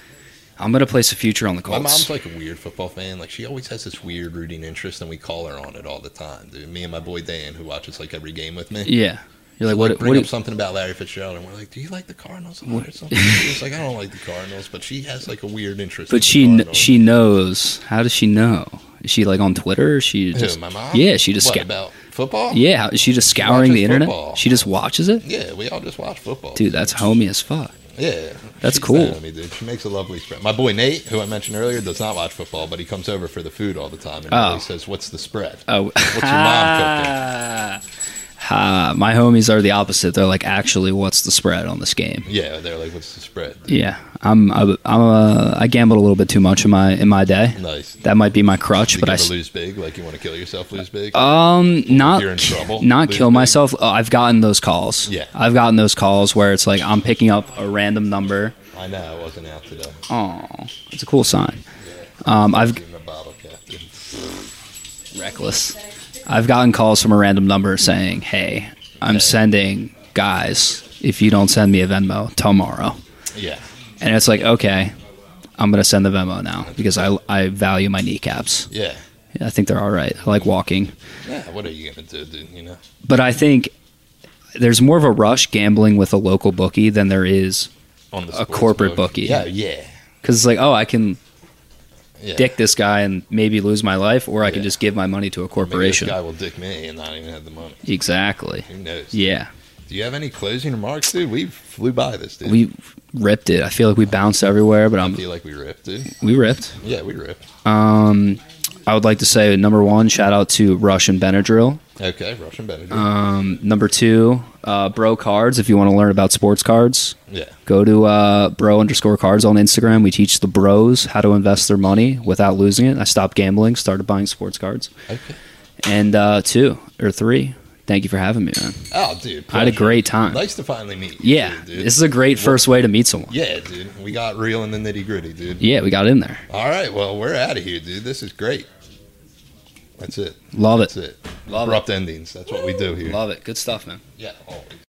I'm going to place a future on the My mom's Colts. like a weird football fan. Like she always has this weird rooting interest, and we call her on it all the time. Dude, me and my boy Dan, who watches like every game with me, Yeah. You're like, like, what? bring what do up you- something about Larry Fitzgerald, and we're like, "Do you like the Cardinals?" a lot Or something? She's like, "I don't like the Cardinals," but she has like a weird interest. in but the she kn- Cardinals. she knows. How does she know? Is she like on Twitter? Is she Who, just my mom. Yeah, she just what, sca- about football. Yeah, how- is she just scouring the watches internet? football. She just watches it? Yeah, we all just watch football, Dude, that's homie as fuck. Yeah, That's she's cool. down on Me, dude. She makes a lovely spread. My boy Nate, who I mentioned earlier, does not watch football, but he comes over for the food all the time, and he Oh. always says, "What's the spread?" Oh, Ah. What's your mom cooking? Ha, my homies are the opposite. They're like, actually, what's the spread on this game? Yeah, they're like, "What's the spread?" Yeah, I'm. I'm. uh, I gambled a little bit too much in my in my day. Nice. That might be my crutch, Did but you I ever s- lose big? Like you want to kill yourself? Lose big? um not you're in trouble, not lose kill big? myself. Uh, I've gotten those calls. Yeah. I've gotten those calls where it's like I'm picking up a random number. I know I wasn't out today. Oh, it's a cool sign. Um, I've Give him a bottle cap. dude. reckless. I've gotten calls from a random number saying, "Hey, I'm sending guys. If you don't send me a Venmo tomorrow." Yeah, And it's like, okay, I'm gonna send the Venmo now because I I value my kneecaps. yeah, I think they're all right. I like walking, yeah. What are you gonna do, dude? You know? but I think there's more of a rush gambling with a local bookie than there is On the A sports corporate book. bookie. Yeah, yeah, because it's like, oh, I can yeah. dick this guy and maybe lose my life, or I can Yeah. just give my money to a Maybe this corporation. guy will dick me and not even have the money. Exactly. Who knows? Yeah, Do you have any closing remarks, dude? We flew by this, dude. we ripped it. I feel like we bounced everywhere, but I I'm feel like we ripped, dude. we ripped. Yeah, we ripped. Um, I would like to say number one, shout out to Rush and Benadryl. Okay, Russian better. Um, number two, uh, Bro Cards. If you want to learn about sports cards, yeah, go to uh, Bro underscore Cards on Instagram. We teach the bros how to invest their money without losing it. I stopped gambling, started buying sports cards. okay. And uh, two or three, thank you for having me, man. Oh, dude, I had a pleasure. great time. Nice to finally meet you. yeah, dude. this is a great first way to meet someone. yeah, dude. We got real in the nitty gritty, dude. Yeah, we got in there. All right, well, we're out of here, dude. This is great. That's it. Love That's it. it. Love it. Abrupt endings. That's what we do here. Love it. Good stuff, man. Yeah, always.